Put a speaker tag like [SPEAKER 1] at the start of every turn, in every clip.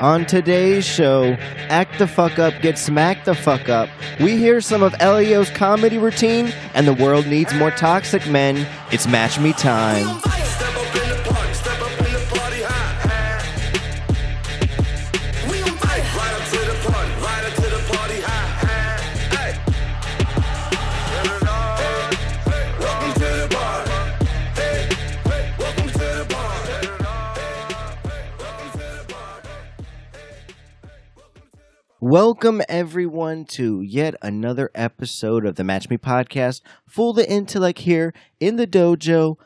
[SPEAKER 1] On today's show, Act the Fuck Up Get Smacked the Fuck Up, we hear some of Elio's comedy routine, and the world needs more toxic men. It's match me time.
[SPEAKER 2] Step up in the party, step up in the party high. We on fire. Right up to the party, right up to the party high. Hey. Turn it on. Hey. Welcome to the bar. Hey. Hey. Welcome to the bar. Turn it on. Hey. Welcome to the bar.
[SPEAKER 1] Welcome, everyone, to yet another episode of the Match Me podcast. Full the intellect here in the dojo,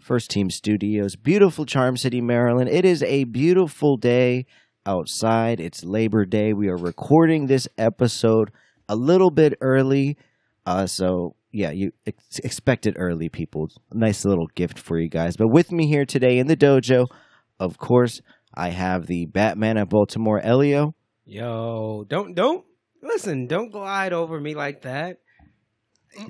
[SPEAKER 1] First Team Studios, beautiful Charm City, Maryland. It is a beautiful day outside. It's Labor Day. We are recording this episode a little bit early. Uh, so, yeah, you ex- expect it early, people. Nice little gift for you guys. But with me here today in the dojo, of course, I have the Batman of Baltimore, Elio.
[SPEAKER 3] Yo, don't don't listen. Don't glide over me like that.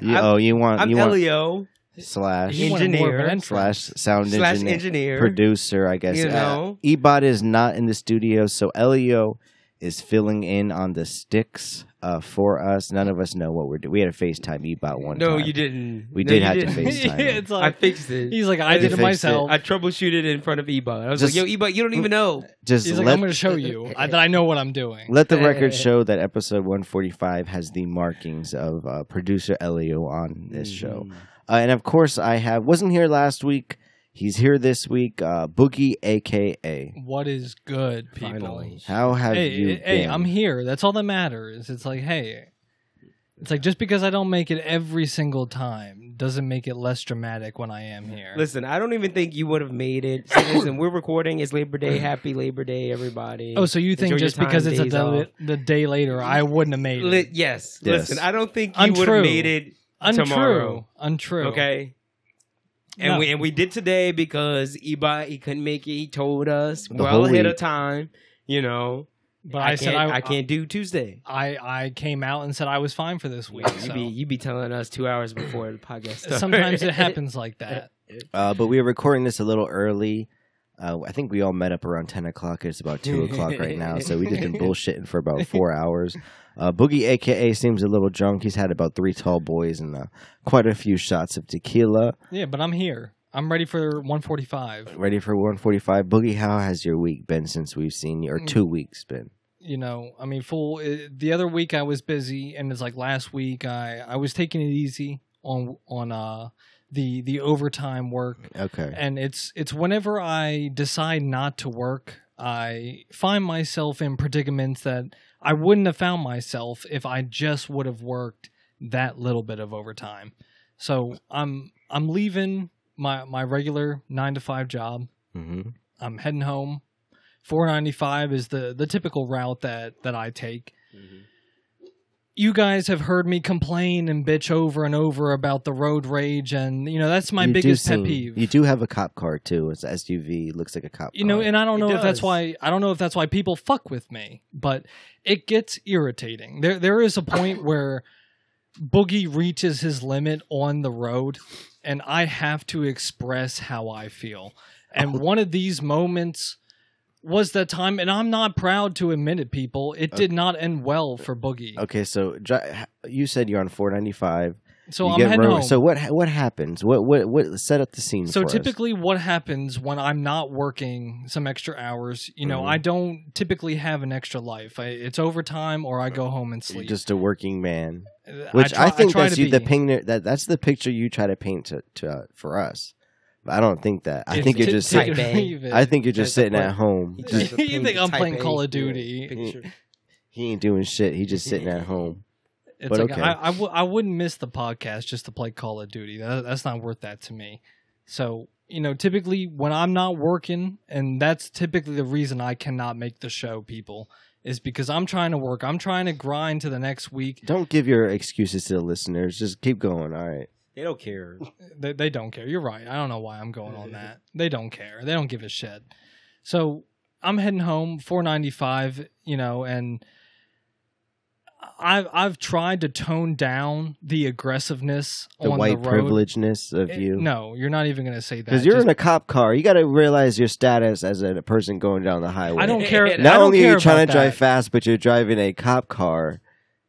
[SPEAKER 1] You,
[SPEAKER 3] I'm,
[SPEAKER 1] oh, you want
[SPEAKER 3] I'm
[SPEAKER 1] you want
[SPEAKER 3] Elio
[SPEAKER 1] slash
[SPEAKER 3] You wanted more of an Engineer.
[SPEAKER 1] slash sound
[SPEAKER 3] slash
[SPEAKER 1] engineer,
[SPEAKER 3] engineer.
[SPEAKER 1] producer, I guess.
[SPEAKER 3] You
[SPEAKER 1] Uh,
[SPEAKER 3] know.
[SPEAKER 1] Ebot is not in the studio, so Elio is filling in on the sticks uh, for us. None of us know what we're doing. We had a FaceTime Ebot one
[SPEAKER 3] no,
[SPEAKER 1] time.
[SPEAKER 3] you didn't.
[SPEAKER 1] We
[SPEAKER 3] No,
[SPEAKER 1] did
[SPEAKER 3] you
[SPEAKER 1] have to
[SPEAKER 3] didn't.
[SPEAKER 1] FaceTime.
[SPEAKER 4] yeah, it's
[SPEAKER 3] I
[SPEAKER 4] like
[SPEAKER 3] fixed it.
[SPEAKER 4] he's like I
[SPEAKER 1] You
[SPEAKER 4] did it
[SPEAKER 1] fixed
[SPEAKER 4] myself.
[SPEAKER 3] I troubled it in front of Eba. I was
[SPEAKER 1] Just-
[SPEAKER 3] like, "Yo, Eba, you don't even know."
[SPEAKER 1] Just
[SPEAKER 4] He's like
[SPEAKER 1] let
[SPEAKER 4] I'm going to show you I- that I know what I'm doing.
[SPEAKER 1] let the record show that episode 145 has the markings of uh, producer Elio on this
[SPEAKER 3] Mm-hmm.
[SPEAKER 1] show.
[SPEAKER 3] Mm,
[SPEAKER 1] Uh, and of course, I have wasn't here last week. He's here this week. Uh, Boogie, aka.
[SPEAKER 4] What is good, people?
[SPEAKER 3] Finally.
[SPEAKER 1] How have
[SPEAKER 4] Hey,
[SPEAKER 1] you?
[SPEAKER 4] hey, hey,
[SPEAKER 1] been?
[SPEAKER 4] I'm here. That's all that matters. It's like, hey, it's like just because I don't make it every single time doesn't make it less dramatic when I am here.
[SPEAKER 3] Listen, I don't even think you would have made it. So listen, we're recording. It's Labor Day. Happy Labor Day, everybody.
[SPEAKER 4] oh, so you think
[SPEAKER 3] Enjoy your
[SPEAKER 4] just because
[SPEAKER 3] time,
[SPEAKER 4] it's a
[SPEAKER 3] days
[SPEAKER 4] del-
[SPEAKER 3] off.
[SPEAKER 4] the day later I wouldn't have made
[SPEAKER 3] Li-
[SPEAKER 4] it?
[SPEAKER 3] yes,
[SPEAKER 1] Yes.
[SPEAKER 3] Listen, I don't think you would have
[SPEAKER 4] Untrue.
[SPEAKER 3] made it.
[SPEAKER 4] Untrue.
[SPEAKER 3] tomorrow.
[SPEAKER 4] Untrue.
[SPEAKER 3] Okay. And
[SPEAKER 4] No.
[SPEAKER 3] we and we did today because Eba he couldn't make it. He told us
[SPEAKER 1] The
[SPEAKER 3] well
[SPEAKER 1] whole
[SPEAKER 3] ahead
[SPEAKER 1] week.
[SPEAKER 3] of time. You know,
[SPEAKER 4] But
[SPEAKER 3] I,
[SPEAKER 4] I, said
[SPEAKER 3] can't,
[SPEAKER 4] I,
[SPEAKER 3] I, can't do Tuesday.
[SPEAKER 4] I I came out and said I was fine for this week.
[SPEAKER 3] You
[SPEAKER 4] so.
[SPEAKER 3] be you be telling us two hours before the podcast. starts.
[SPEAKER 4] Sometimes it happens like that.
[SPEAKER 1] Uh, but we are recording this a little early. Uh, I think we all met up around 10 o'clock. It's about 2 o'clock right now. So we've just been bullshitting for about four hours. Uh, Boogie, aka, seems a little drunk. He's had about three tall boys and uh, quite a few shots of tequila.
[SPEAKER 4] Yeah, but I'm here. I'm ready for 145.
[SPEAKER 1] Ready for 145. Boogie, how has your week been since we've seen you? Or
[SPEAKER 4] Hmm.
[SPEAKER 1] two weeks been?
[SPEAKER 4] You know, I mean, full. uh, The other week I was busy, and it's like last week I I was taking it easy on on uh the the overtime work,
[SPEAKER 1] Okay.
[SPEAKER 4] and it's it's whenever I decide not to work, I find myself in predicaments that I wouldn't have found myself if I just would have worked that little bit of overtime. So I'm I'm leaving my my regular nine to five job.
[SPEAKER 1] hmm
[SPEAKER 4] I'm heading home. 495 is the the typical route that that I take.
[SPEAKER 1] Mm-hmm.
[SPEAKER 4] You guys have heard me complain and bitch over and over about the road rage, and you know that's my
[SPEAKER 1] You do
[SPEAKER 4] biggest pet
[SPEAKER 1] seem-
[SPEAKER 4] peeve.
[SPEAKER 1] You do have a cop car, too. It's a SUV. Looks like a cop
[SPEAKER 4] You know,
[SPEAKER 1] car.
[SPEAKER 4] and I don't
[SPEAKER 3] It
[SPEAKER 4] know if
[SPEAKER 3] does.
[SPEAKER 4] that's why I don't know if that's why people fuck with me, but it gets irritating. There there is a point where Boogie reaches his limit on the road and I have to express how I feel.
[SPEAKER 1] Oh.
[SPEAKER 4] And one of these moments was that time and I'm not proud to admit it people. It did not end well for Boogie.
[SPEAKER 1] Okay, so dri- you said you're on 495.
[SPEAKER 4] So
[SPEAKER 1] You
[SPEAKER 4] I'm
[SPEAKER 1] get
[SPEAKER 4] heading
[SPEAKER 1] road-
[SPEAKER 4] home.
[SPEAKER 1] So what ha- what happens? What what what set up the scene?
[SPEAKER 4] So
[SPEAKER 1] for us?
[SPEAKER 4] typically, what happens when I'm not working some extra hours? You know,
[SPEAKER 1] Mhm.
[SPEAKER 4] I don't typically have an extra life. I, it's overtime, or I go home and
[SPEAKER 1] you're
[SPEAKER 4] sleep.
[SPEAKER 1] just a working man,
[SPEAKER 4] Uh,
[SPEAKER 1] which
[SPEAKER 4] try-
[SPEAKER 1] I, think
[SPEAKER 4] try
[SPEAKER 1] that's
[SPEAKER 4] to
[SPEAKER 1] you, the
[SPEAKER 4] be.
[SPEAKER 1] picture that that's the picture you try to paint to, to uh, for us. But I don't think that. I
[SPEAKER 4] It's
[SPEAKER 1] think you're
[SPEAKER 4] t-
[SPEAKER 1] just sitting,
[SPEAKER 4] take
[SPEAKER 3] sit-
[SPEAKER 4] it or leave it.
[SPEAKER 1] I think you're just
[SPEAKER 3] There's a
[SPEAKER 1] sitting
[SPEAKER 3] point.
[SPEAKER 1] at home.
[SPEAKER 4] just- You think I'm playing Call of Duty.
[SPEAKER 1] He ain't doing shit. He just sitting at home.
[SPEAKER 4] It's
[SPEAKER 1] but
[SPEAKER 4] like,
[SPEAKER 1] okay.
[SPEAKER 4] I, I, w- I wouldn't miss the podcast just to play Call of Duty. That, that's not worth that to me. So you know, typically when I'm not working, and that's typically the reason I cannot make the show, people, is because I'm trying to work. I'm trying to grind to the next week.
[SPEAKER 1] Don't give your excuses to the listeners. Just keep going. All right.
[SPEAKER 3] They don't care.
[SPEAKER 4] They, they don't care. You're right. I don't know why I'm going on that. They don't care. They don't give a shit. So I'm heading home, 495, you know, and I've I've tried to tone down the aggressiveness
[SPEAKER 1] The
[SPEAKER 4] on
[SPEAKER 1] white
[SPEAKER 4] the road.
[SPEAKER 1] privilegeness of
[SPEAKER 4] Eh,
[SPEAKER 1] you.
[SPEAKER 4] No, you're not even gonna say that.
[SPEAKER 1] Because you're
[SPEAKER 4] Just-
[SPEAKER 1] in a cop car, you got to realize your status as a person going down the highway.
[SPEAKER 4] I don't care.
[SPEAKER 1] Not
[SPEAKER 4] I don't
[SPEAKER 1] only
[SPEAKER 4] care
[SPEAKER 1] are you trying to
[SPEAKER 4] about
[SPEAKER 1] drive
[SPEAKER 4] that.
[SPEAKER 1] fast, but you're driving a cop car,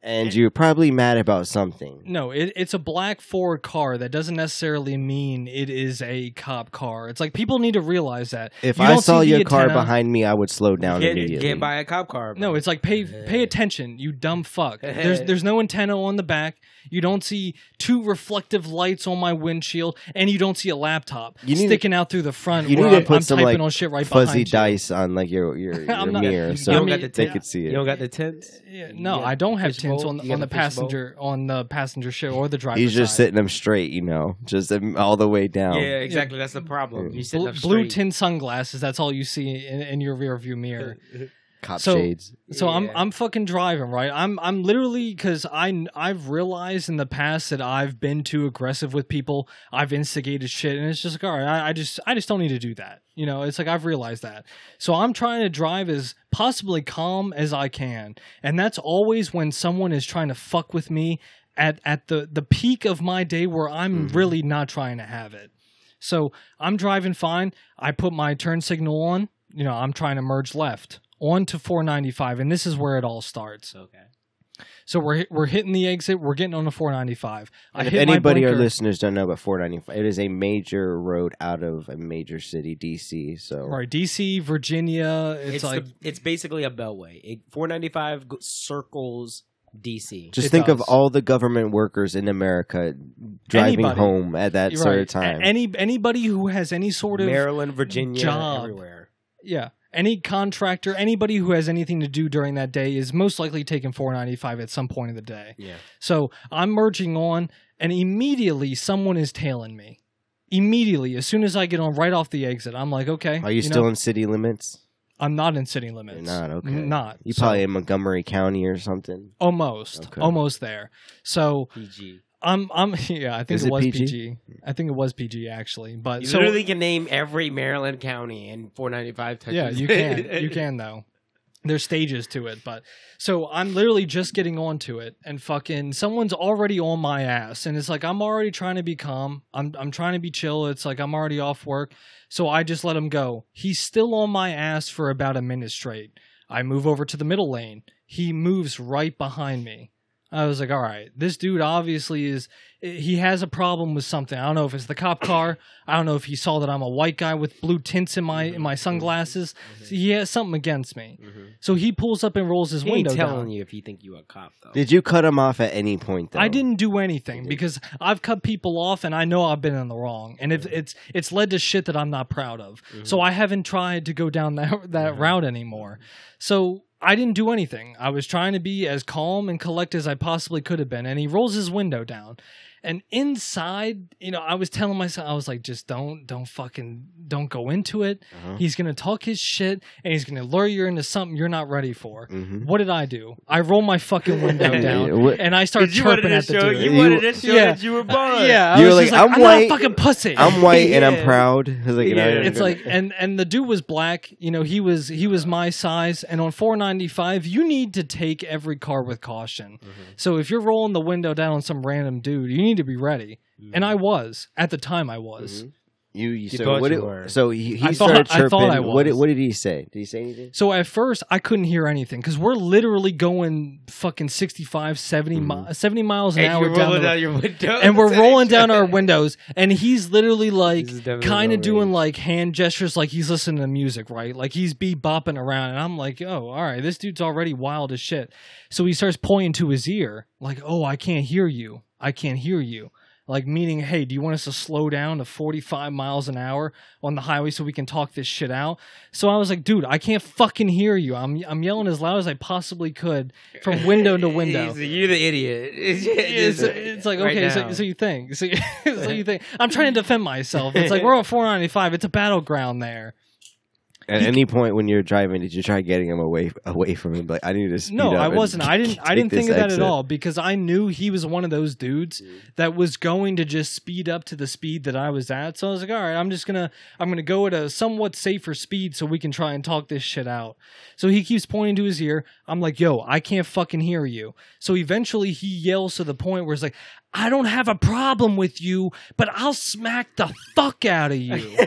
[SPEAKER 1] and you're probably mad about something.
[SPEAKER 4] No, it, it's a black Ford car. That doesn't necessarily mean it is a cop car. It's like people need to realize that.
[SPEAKER 1] If
[SPEAKER 4] You
[SPEAKER 1] I
[SPEAKER 4] don't
[SPEAKER 1] saw
[SPEAKER 4] see the
[SPEAKER 1] your car
[SPEAKER 4] antenna-
[SPEAKER 1] behind me, I would slow down
[SPEAKER 3] Get,
[SPEAKER 1] immediately.
[SPEAKER 3] get by a cop car.
[SPEAKER 4] No,
[SPEAKER 3] bro.
[SPEAKER 4] it's like pay pay attention, you dumb fuck. There's there's no antenna on the back. You don't see two reflective lights on my windshield, and you don't see a laptop
[SPEAKER 1] You need to-
[SPEAKER 4] sticking out through the front.
[SPEAKER 1] you
[SPEAKER 4] where
[SPEAKER 1] need to
[SPEAKER 4] I'm-
[SPEAKER 1] put
[SPEAKER 4] I'm
[SPEAKER 1] some,
[SPEAKER 4] typing
[SPEAKER 1] like,
[SPEAKER 4] on shit right
[SPEAKER 1] Fuzzy
[SPEAKER 4] behind you.
[SPEAKER 1] dice on like your your, your
[SPEAKER 4] I'm not-
[SPEAKER 1] mirror,
[SPEAKER 4] you
[SPEAKER 1] so
[SPEAKER 4] don't got
[SPEAKER 1] they
[SPEAKER 4] the
[SPEAKER 3] tint.
[SPEAKER 1] could see
[SPEAKER 3] You
[SPEAKER 1] it.
[SPEAKER 3] don't got the tints.
[SPEAKER 4] Yeah, no,
[SPEAKER 3] Yeah,
[SPEAKER 4] I don't have
[SPEAKER 3] fishbowl.
[SPEAKER 4] tints on
[SPEAKER 3] You got
[SPEAKER 4] on the
[SPEAKER 3] a fishbowl.
[SPEAKER 4] passenger on the passenger ship or the driver's
[SPEAKER 1] He's just
[SPEAKER 4] side.
[SPEAKER 1] sitting them straight, you know, just um, all the way down.
[SPEAKER 3] Yeah, exactly. That's the problem. You sit
[SPEAKER 4] Bl-
[SPEAKER 3] up
[SPEAKER 4] blue
[SPEAKER 3] straight.
[SPEAKER 4] tin sunglasses. That's all you see in, in your rear view mirror.
[SPEAKER 1] Cop
[SPEAKER 4] So-
[SPEAKER 1] shades.
[SPEAKER 4] So I'm
[SPEAKER 3] Yeah.
[SPEAKER 4] I'm fucking driving right. I'm I'm literally because I I've realized in the past that I've been too aggressive with people. I've instigated shit, and it's just like all right. I, I just I just don't need to do that. You know, it's like I've realized that. So I'm trying to drive as possibly calm as I can, and that's always when someone is trying to fuck with me at at the the peak of my day where I'm really not trying to have it. So I'm driving fine. I put my turn signal on. You know, I'm trying to merge left onto 495, and this is where it all starts.
[SPEAKER 3] Okay.
[SPEAKER 4] So we're hit- we're hitting the exit. We're getting on the 495. I
[SPEAKER 1] And if
[SPEAKER 4] hit my
[SPEAKER 1] anybody or
[SPEAKER 4] blinker.
[SPEAKER 1] listeners don't know about 495, it is a major road out of a major city, DC. So
[SPEAKER 4] Right, DC, Virginia. It's,
[SPEAKER 3] It's,
[SPEAKER 4] like
[SPEAKER 3] the, it's basically a beltway. It, 495 go- circles DC.
[SPEAKER 1] just
[SPEAKER 4] It
[SPEAKER 1] think of
[SPEAKER 4] does.
[SPEAKER 1] all the government workers in America driving
[SPEAKER 4] Anybody.
[SPEAKER 1] home at that
[SPEAKER 4] you're
[SPEAKER 1] sort
[SPEAKER 4] right,
[SPEAKER 1] of time.
[SPEAKER 4] a- Any anybody who has any sort of
[SPEAKER 3] Maryland, Virginia,
[SPEAKER 4] job.
[SPEAKER 3] everywhere.
[SPEAKER 4] yeah, any contractor, anybody who has anything to do during that day is most likely taking 495 at some point of the day.
[SPEAKER 3] Yeah.
[SPEAKER 4] So I'm merging on, and immediately someone is tailing me. Immediately, as soon as I get on right off the exit, I'm like, okay.
[SPEAKER 1] Are you,
[SPEAKER 4] know,
[SPEAKER 1] still in city limits?
[SPEAKER 4] I'm not in city limits.
[SPEAKER 1] You're not okay.
[SPEAKER 4] I'm not.
[SPEAKER 1] You
[SPEAKER 4] So,
[SPEAKER 1] probably in Montgomery County or something.
[SPEAKER 4] almost,
[SPEAKER 1] Okay.
[SPEAKER 4] almost there. So
[SPEAKER 3] PG.
[SPEAKER 4] I'm, I'm. Yeah, I think
[SPEAKER 1] Is
[SPEAKER 4] it,
[SPEAKER 1] it
[SPEAKER 4] was
[SPEAKER 1] PG?
[SPEAKER 4] PG? I think it was PG actually. But
[SPEAKER 3] You
[SPEAKER 4] so
[SPEAKER 3] literally can name every Maryland county in 495 Texas.
[SPEAKER 4] yeah, you can. You can though. There's stages to it, but so I'm literally just getting onto it, and fucking someone's already on my ass, and it's like I'm already trying to be calm. I'm I'm trying to be chill. It's like I'm already off work, so I just let him go. He's still on my ass for about a minute straight. I move over to the middle lane. He moves right behind me. I was like, all right, this dude obviously is, he has a problem with something. I don't know if it's the cop car. I don't know if he saw that I'm a white guy with blue tints in my in
[SPEAKER 3] Mm-hmm.
[SPEAKER 4] my sunglasses. He has something against me. So he pulls up and rolls his
[SPEAKER 3] He ain't
[SPEAKER 4] window
[SPEAKER 3] telling
[SPEAKER 4] down.
[SPEAKER 3] you if you think you a cop though.
[SPEAKER 1] Did you cut him off at any point though?
[SPEAKER 4] I didn't do anything because I've cut people off and I know I've been in the wrong and if it's it's led to shit that I'm not proud of. So I haven't tried to go down that that route anymore. So I didn't do anything. I was trying to be as calm and collect as I possibly could have been and he rolls his window down. And inside, you know, I was telling myself I was like just don't don't fucking don't go into it.
[SPEAKER 1] Uh-huh.
[SPEAKER 4] He's going to talk his shit and he's going to lure you into something you're not ready for.
[SPEAKER 1] Mm-hmm.
[SPEAKER 4] What did I do? I roll my fucking window down
[SPEAKER 1] What-
[SPEAKER 4] and
[SPEAKER 3] Oh,
[SPEAKER 4] I start chirping at the dude.
[SPEAKER 1] you wanted to
[SPEAKER 4] show Yeah. that
[SPEAKER 3] you were
[SPEAKER 4] Yeah, I
[SPEAKER 1] You were
[SPEAKER 4] was
[SPEAKER 1] like,
[SPEAKER 4] just like,
[SPEAKER 1] "I'm
[SPEAKER 4] I'm,
[SPEAKER 1] white.
[SPEAKER 4] not a fucking pussy.
[SPEAKER 1] I'm white and I'm
[SPEAKER 3] Yeah.
[SPEAKER 1] proud. It's like, you know,
[SPEAKER 3] Yeah.
[SPEAKER 4] it's like, and and the dude was black. You know, he was he was my size, and on 495, you need to take every car with caution. So if you're rolling the window down on some random dude, you need to be ready.
[SPEAKER 5] Mm-hmm.
[SPEAKER 4] And I was at the time. I was.
[SPEAKER 1] Mm-hmm. you. you so
[SPEAKER 3] thought
[SPEAKER 1] what
[SPEAKER 3] you
[SPEAKER 1] did-
[SPEAKER 3] were.
[SPEAKER 1] so he, he
[SPEAKER 4] I thought-
[SPEAKER 1] started
[SPEAKER 4] I
[SPEAKER 1] chirping.
[SPEAKER 4] thought I
[SPEAKER 1] What, did,
[SPEAKER 4] was.
[SPEAKER 1] what did he say? Did he say anything?
[SPEAKER 4] So at first, I couldn't hear anything because we're literally going fucking 65, 70, mi- 70 miles an
[SPEAKER 3] And
[SPEAKER 4] hour
[SPEAKER 3] you're
[SPEAKER 4] down, the
[SPEAKER 3] rolling down your window.
[SPEAKER 4] and we're rolling down our windows and he's literally like
[SPEAKER 3] This is definitely
[SPEAKER 4] kind
[SPEAKER 3] no
[SPEAKER 4] of doing
[SPEAKER 3] rage.
[SPEAKER 4] like hand gestures like he's listening to music right like he's bebopping around and i'm like oh all right this dude's already wild as shit so he starts pointing to his ear like oh i can't hear you i can't hear you like meaning hey do you want us to slow down to 45 miles an hour on the highway so we can talk this shit out so i was like dude i can't fucking hear you i'm, I'm yelling as loud as i possibly could from window to window
[SPEAKER 3] He's- You're the idiot. It's,
[SPEAKER 4] it's, it's like okay, so, so you think, so, you- so you think I'm trying to defend myself. It's like we're on 495. It's a battleground there.
[SPEAKER 1] At any point when you're driving, did you try getting him away away from him? Like I need to speed
[SPEAKER 4] No,
[SPEAKER 1] up
[SPEAKER 4] I
[SPEAKER 1] and
[SPEAKER 4] wasn't. I didn't. I
[SPEAKER 1] take
[SPEAKER 4] didn't think
[SPEAKER 1] this
[SPEAKER 4] of that
[SPEAKER 1] exit. Mm-hmm.
[SPEAKER 4] at all because I knew he was one of those dudes that was going to just speed up to the speed that I was at. So I was like, all right, I'm just gonna I'm gonna go at a somewhat safer speed so we can try and talk this shit out. So he keeps pointing to his ear. I'm like, yo, I can't fucking hear you. So eventually he yells to the point where it's like, I don't have a problem with you, but I'll smack the fuck out of you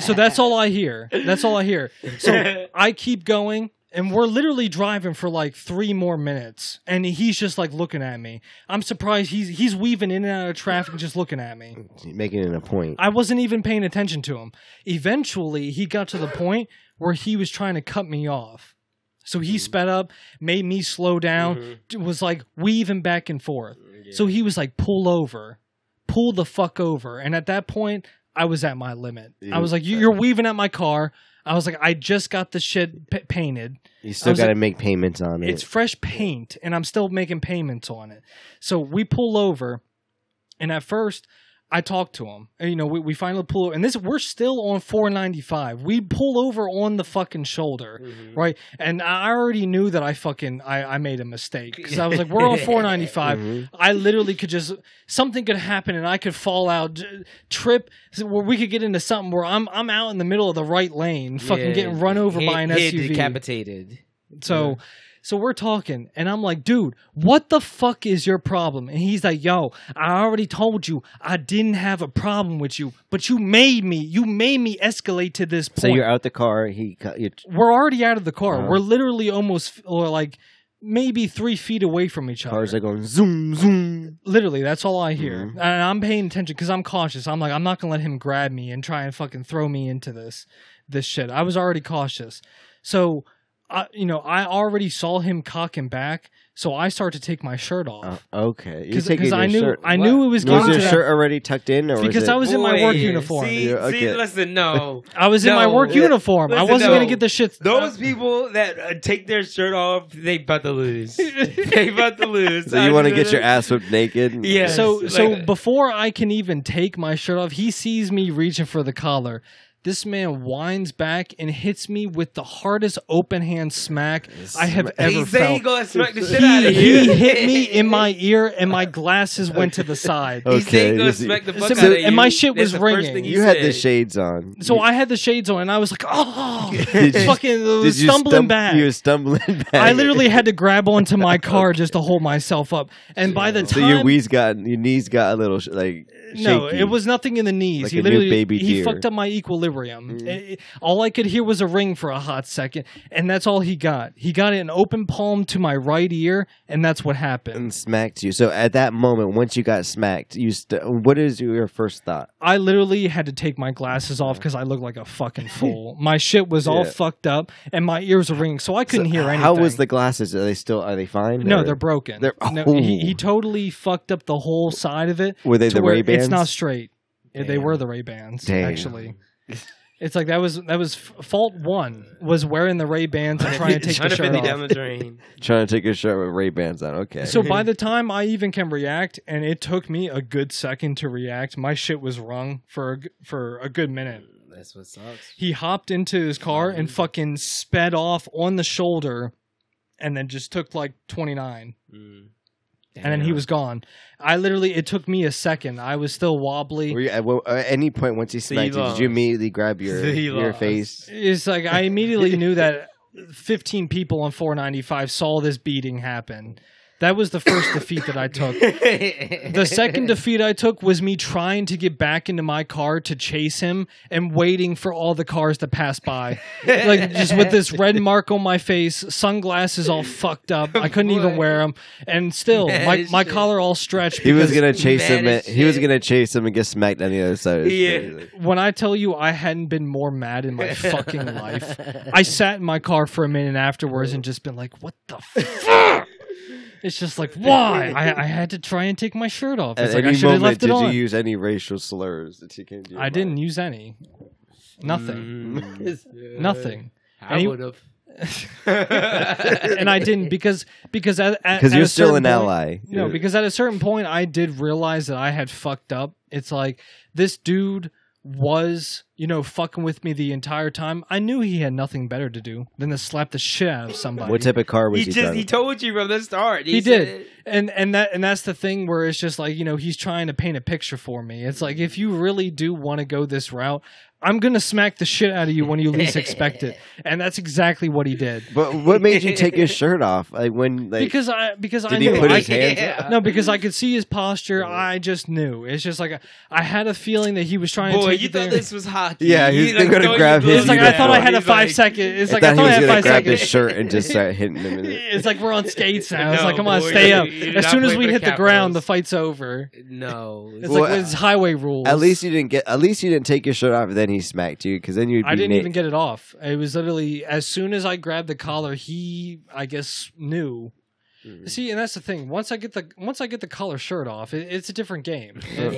[SPEAKER 4] so that's all I hear. That's all I hear. So I keep going, and we're literally driving for like three more minutes, and he's just like looking at me. I'm surprised he's he's weaving in and out of traffic, just looking at me.
[SPEAKER 1] Making it a point.
[SPEAKER 4] I wasn't even paying attention to him. Eventually, he got to the point where he was trying to cut me off. So he sped up, made me slow down, d- was like weaving back and forth. So he was like, pull over, pull the fuck over. And at that point, I was at my limit. I was like, "You- you're weaving at my car. I was like, I just got the shit p- painted.
[SPEAKER 1] You
[SPEAKER 4] I
[SPEAKER 1] still
[SPEAKER 4] was
[SPEAKER 1] got to
[SPEAKER 4] like-
[SPEAKER 1] make payments on
[SPEAKER 4] It's
[SPEAKER 1] it.
[SPEAKER 4] fresh paint, and I'm still making payments on it. So we pull over, and at first, I talk to him. And, You know, we, we finally pull over, and this we're still on 495. We pull over on the fucking shoulder, right? And I already knew that I fucking I, I made a mistake because I was like, we're on 495.
[SPEAKER 1] Mm-hmm.
[SPEAKER 4] I literally could just something could happen, and I could fall out, j- trip, so where we could get into something where I'm I'm out in the middle of the right lane, fucking
[SPEAKER 3] Yeah.
[SPEAKER 4] getting run over
[SPEAKER 3] Head-
[SPEAKER 4] by an
[SPEAKER 3] head
[SPEAKER 4] SUV.
[SPEAKER 3] Decapitated.
[SPEAKER 4] So so we're talking and I'm like, dude, what the fuck is your problem? And he's like, yo, I already told you I didn't have a problem with you, but you made me, you made me escalate to this point.
[SPEAKER 1] So you're Uh-huh. out the car. He cut you.
[SPEAKER 4] we're already out of the car.
[SPEAKER 1] Wow.
[SPEAKER 4] We're literally almost or like maybe three feet away from each other.
[SPEAKER 1] Cars are going zoom zoom.
[SPEAKER 4] Literally, that's all I hear.
[SPEAKER 1] Mm-hmm.
[SPEAKER 4] And I'm paying attention because I'm cautious. I'm like, I'm not gonna let him grab me and try and fucking throw me into this this shit. I was already cautious. So I you know, I already saw him cocking back, so I start to take my shirt
[SPEAKER 1] Uh,
[SPEAKER 4] off.
[SPEAKER 1] okay, you're taking
[SPEAKER 4] Oh. Because
[SPEAKER 1] your
[SPEAKER 4] I knew
[SPEAKER 1] shirt.
[SPEAKER 4] I knew it
[SPEAKER 1] was
[SPEAKER 4] was going
[SPEAKER 1] your
[SPEAKER 4] to that-
[SPEAKER 1] shirt already tucked in, or was
[SPEAKER 4] Because
[SPEAKER 1] it-
[SPEAKER 4] I was in my work
[SPEAKER 3] Boy,
[SPEAKER 4] uniform.
[SPEAKER 3] See,
[SPEAKER 1] Yeah, okay.
[SPEAKER 3] see listen, no.
[SPEAKER 4] I was in my
[SPEAKER 3] No,
[SPEAKER 4] work
[SPEAKER 3] li-
[SPEAKER 4] uniform. I
[SPEAKER 3] listen,
[SPEAKER 4] wasn't
[SPEAKER 3] no.
[SPEAKER 4] gonna get the shit
[SPEAKER 3] Those people that uh, take their shirt off, they about to lose. they about to lose.
[SPEAKER 1] So you want to get your ass whipped naked?
[SPEAKER 3] Yeah.
[SPEAKER 4] so
[SPEAKER 3] Yes,
[SPEAKER 4] so
[SPEAKER 3] like- uh,
[SPEAKER 4] before I can even take my shirt off, he sees me reaching for the collar. This man winds back and hits me with the hardest open hand smack I have ever
[SPEAKER 3] He
[SPEAKER 4] felt.
[SPEAKER 3] say he gonna smack the shit out
[SPEAKER 4] he,
[SPEAKER 3] of you.
[SPEAKER 4] he hit me in my ear and my glasses went to the side.
[SPEAKER 1] Okay.
[SPEAKER 3] He say he gonna
[SPEAKER 1] you see.
[SPEAKER 3] smack the fuck
[SPEAKER 4] So-
[SPEAKER 3] out of you.
[SPEAKER 4] and my shit
[SPEAKER 3] That's
[SPEAKER 4] was
[SPEAKER 3] the first
[SPEAKER 4] ringing.
[SPEAKER 3] thing he
[SPEAKER 1] You had
[SPEAKER 3] said.
[SPEAKER 1] the shades on.
[SPEAKER 4] So I had the shades on and I was like, oh,
[SPEAKER 1] Did you-
[SPEAKER 4] fucking
[SPEAKER 1] Did you
[SPEAKER 4] stumbling
[SPEAKER 1] stum-
[SPEAKER 4] back.
[SPEAKER 1] You were stumbling back.
[SPEAKER 4] I literally had to grab onto my car just to hold myself up. And by the
[SPEAKER 1] So
[SPEAKER 4] time
[SPEAKER 1] your knees got your knees got a little sh- like shaky.
[SPEAKER 4] No, it was nothing in the knees.
[SPEAKER 1] Like
[SPEAKER 4] he
[SPEAKER 1] a new
[SPEAKER 4] literally
[SPEAKER 1] baby
[SPEAKER 4] he
[SPEAKER 1] deer. Mm-hmm.
[SPEAKER 4] fucked up my equilibrium. It- it- all I could hear was a ring for a hot second, and that's all he got. He got an open palm to my right ear, and that's what happened.
[SPEAKER 1] and smacked you. So at that moment, once you got smacked, you st- what is your first thought?
[SPEAKER 4] I literally had to take my glasses off because I looked like a fucking fool. my shit was all
[SPEAKER 1] Yeah.
[SPEAKER 4] fucked up, and my ears were ringing, so I couldn't hear anything.
[SPEAKER 1] How was the glasses? Are they still are they fine?
[SPEAKER 4] No,
[SPEAKER 1] or-
[SPEAKER 4] they're broken.
[SPEAKER 1] They're-
[SPEAKER 4] no, he,
[SPEAKER 1] Oh.
[SPEAKER 4] he totally fucked up the whole side of it.
[SPEAKER 1] Were they
[SPEAKER 4] to
[SPEAKER 1] the
[SPEAKER 4] where
[SPEAKER 1] Ray-Bans?
[SPEAKER 4] It's not straight. Yeah, They
[SPEAKER 3] Damn.
[SPEAKER 4] were the Ray Bans
[SPEAKER 1] Damn.
[SPEAKER 4] actually. It's like that was that was f- fault one was wearing the Ray Bans and trying to take the
[SPEAKER 3] 150
[SPEAKER 4] shirt
[SPEAKER 3] down
[SPEAKER 4] off.
[SPEAKER 3] the drain.
[SPEAKER 1] trying to take your shirt with Ray Bans on. Okay,
[SPEAKER 4] So by the time I even can react, and it took me a good second to react, my shit was rung for a, g- for a good minute.
[SPEAKER 3] That's what sucks.
[SPEAKER 4] He hopped into his car and fucking sped off on the shoulder, and then just took like twenty nine.
[SPEAKER 3] Mm.
[SPEAKER 4] and then he was gone. I literally, it took me a second. I was still wobbly.
[SPEAKER 1] Were you, at, well, at any point once he
[SPEAKER 3] So
[SPEAKER 1] smacked
[SPEAKER 3] you
[SPEAKER 1] you, did you
[SPEAKER 4] uh,
[SPEAKER 3] lost.
[SPEAKER 1] immediately grab your
[SPEAKER 3] So you
[SPEAKER 1] your
[SPEAKER 3] lost.
[SPEAKER 1] face?
[SPEAKER 4] It's like I immediately knew that 15 people on 495 saw this beating happen. That was the first defeat that I took. The second defeat I took was me trying to get back into my car to chase him and waiting for all the cars to pass by. Like just with this red mark on my face, sunglasses all fucked up. I couldn't even
[SPEAKER 3] Boy.
[SPEAKER 4] wear them. And still, my,
[SPEAKER 3] as
[SPEAKER 4] my
[SPEAKER 3] shit.
[SPEAKER 4] collar all stretched.
[SPEAKER 1] He was
[SPEAKER 4] because-
[SPEAKER 1] gonna chase
[SPEAKER 3] Mad
[SPEAKER 1] him.
[SPEAKER 3] as
[SPEAKER 1] And, he was
[SPEAKER 3] shit.
[SPEAKER 1] gonna chase him and get smacked on the other side. Of his
[SPEAKER 3] Yeah.
[SPEAKER 1] face. Like,
[SPEAKER 4] when I tell you I hadn't been more mad in my fucking life, I sat in my car for a minute afterwards and just been like, what the fuck? It's just like, why? I, I had to try and take my shirt off.
[SPEAKER 1] At
[SPEAKER 4] It's like, I
[SPEAKER 1] any
[SPEAKER 4] should have
[SPEAKER 1] moment,
[SPEAKER 4] left
[SPEAKER 1] did
[SPEAKER 4] it
[SPEAKER 1] you
[SPEAKER 4] on.
[SPEAKER 1] use any racial slurs that you can do?
[SPEAKER 4] I didn't use any.
[SPEAKER 5] Mm.
[SPEAKER 4] Nothing. Nothing. And
[SPEAKER 3] Mm. I
[SPEAKER 4] he-
[SPEAKER 3] would have. and
[SPEAKER 4] and I didn't because because at
[SPEAKER 1] because
[SPEAKER 4] because
[SPEAKER 1] you're still an ally.
[SPEAKER 4] No,
[SPEAKER 1] You're-
[SPEAKER 4] because at a certain point I did realize that I had fucked up. It's like this dude was, you know, fucking with me the entire time, I knew he had nothing better to do than to slap the shit out of somebody.
[SPEAKER 1] What type of car was
[SPEAKER 5] He
[SPEAKER 1] he,
[SPEAKER 5] just
[SPEAKER 1] driving?
[SPEAKER 5] he told you from the start.
[SPEAKER 4] he
[SPEAKER 5] said-
[SPEAKER 4] did and and that and that's the thing where it's just like you know he's trying to paint a picture for me it's like if you really do want to go this route i'm gonna smack the shit out of you when you least expect it and that's exactly what he did
[SPEAKER 1] but what made you take his shirt off? Like when like
[SPEAKER 4] because i because i
[SPEAKER 1] did
[SPEAKER 4] knew
[SPEAKER 1] he put
[SPEAKER 4] I
[SPEAKER 1] his hands
[SPEAKER 5] Yeah.
[SPEAKER 1] up?
[SPEAKER 4] no, because I could see his posture. I just knew. It's just like I had a feeling that he was trying to
[SPEAKER 5] Boy,
[SPEAKER 4] take
[SPEAKER 5] you
[SPEAKER 4] it
[SPEAKER 5] thought
[SPEAKER 4] there.
[SPEAKER 5] this was hockey.
[SPEAKER 1] Yeah,
[SPEAKER 5] You,
[SPEAKER 1] he's- they're gonna
[SPEAKER 5] throw your
[SPEAKER 1] grab his
[SPEAKER 5] gloves
[SPEAKER 4] It's like I
[SPEAKER 1] uniform.
[SPEAKER 4] thought I had a
[SPEAKER 5] He's
[SPEAKER 4] five
[SPEAKER 5] like-
[SPEAKER 4] second. It's
[SPEAKER 1] I
[SPEAKER 4] like
[SPEAKER 1] thought
[SPEAKER 4] I
[SPEAKER 1] he
[SPEAKER 4] thought I
[SPEAKER 1] was
[SPEAKER 4] had
[SPEAKER 1] gonna
[SPEAKER 4] five
[SPEAKER 1] grab his
[SPEAKER 4] seconds.
[SPEAKER 1] shirt and just start hitting him. In the...
[SPEAKER 4] It's like we're on skates now. it's
[SPEAKER 5] No,
[SPEAKER 4] like come on,
[SPEAKER 5] boy,
[SPEAKER 4] stay
[SPEAKER 5] you-
[SPEAKER 4] up.
[SPEAKER 5] you did
[SPEAKER 4] As
[SPEAKER 5] not
[SPEAKER 4] soon as
[SPEAKER 5] play
[SPEAKER 4] we
[SPEAKER 5] for
[SPEAKER 4] hit
[SPEAKER 5] the
[SPEAKER 4] the
[SPEAKER 5] Capitals.
[SPEAKER 4] ground, the fight's over.
[SPEAKER 5] No.
[SPEAKER 4] It's
[SPEAKER 1] Well,
[SPEAKER 4] like it's highway rules.
[SPEAKER 1] At least you didn't get. At least you didn't take your shirt off, and then he smacked you because then you'd. Be
[SPEAKER 4] I didn't
[SPEAKER 1] na-
[SPEAKER 4] even get it off. It was literally as soon as I grabbed the collar, he I guess knew.
[SPEAKER 1] Mm.
[SPEAKER 4] See, and that's the thing. Once I get the once I get the collar shirt off, it, it's a different game.
[SPEAKER 1] Uh,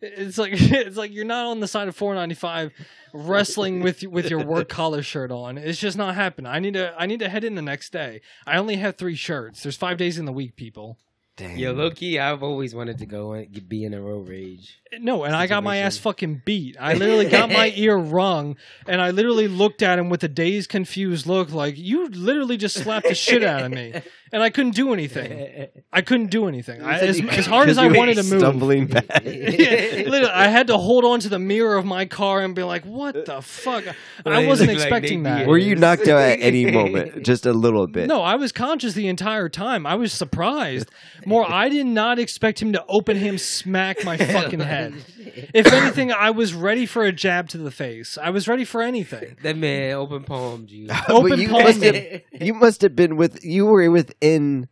[SPEAKER 4] It's like it's like you're not on the side of 495 wrestling with with your work collar shirt on. It's just not happening. I need to I need to head in the next day. I only have three shirts. There's five days in the week, people.
[SPEAKER 1] Dang.
[SPEAKER 5] Yo, low key, I've always wanted to go and be in a road rage.
[SPEAKER 4] No, and I got my ass fucking beat. I literally got my ear wrung, and I literally looked at him with a dazed, confused look, like you literally just slapped the shit out of me, and I couldn't do anything. I couldn't do anything. I, as, as hard as I wanted to move,
[SPEAKER 1] stumbling back.
[SPEAKER 4] Literally, I had to hold on to the mirror of my car and be like, "What the fuck?" I wasn't
[SPEAKER 5] Like,
[SPEAKER 4] expecting
[SPEAKER 5] they-
[SPEAKER 4] that.
[SPEAKER 1] Were you knocked out at any moment? Just a little bit.
[SPEAKER 4] No, I was conscious the entire time. I was surprised. More, I did not expect him to open him smack my fucking head. If anything, I was ready for a jab to the face. I was ready for anything.
[SPEAKER 5] That man open palmed you.
[SPEAKER 4] Open
[SPEAKER 1] but you
[SPEAKER 4] palm.
[SPEAKER 1] must have. You must have been with. You were within.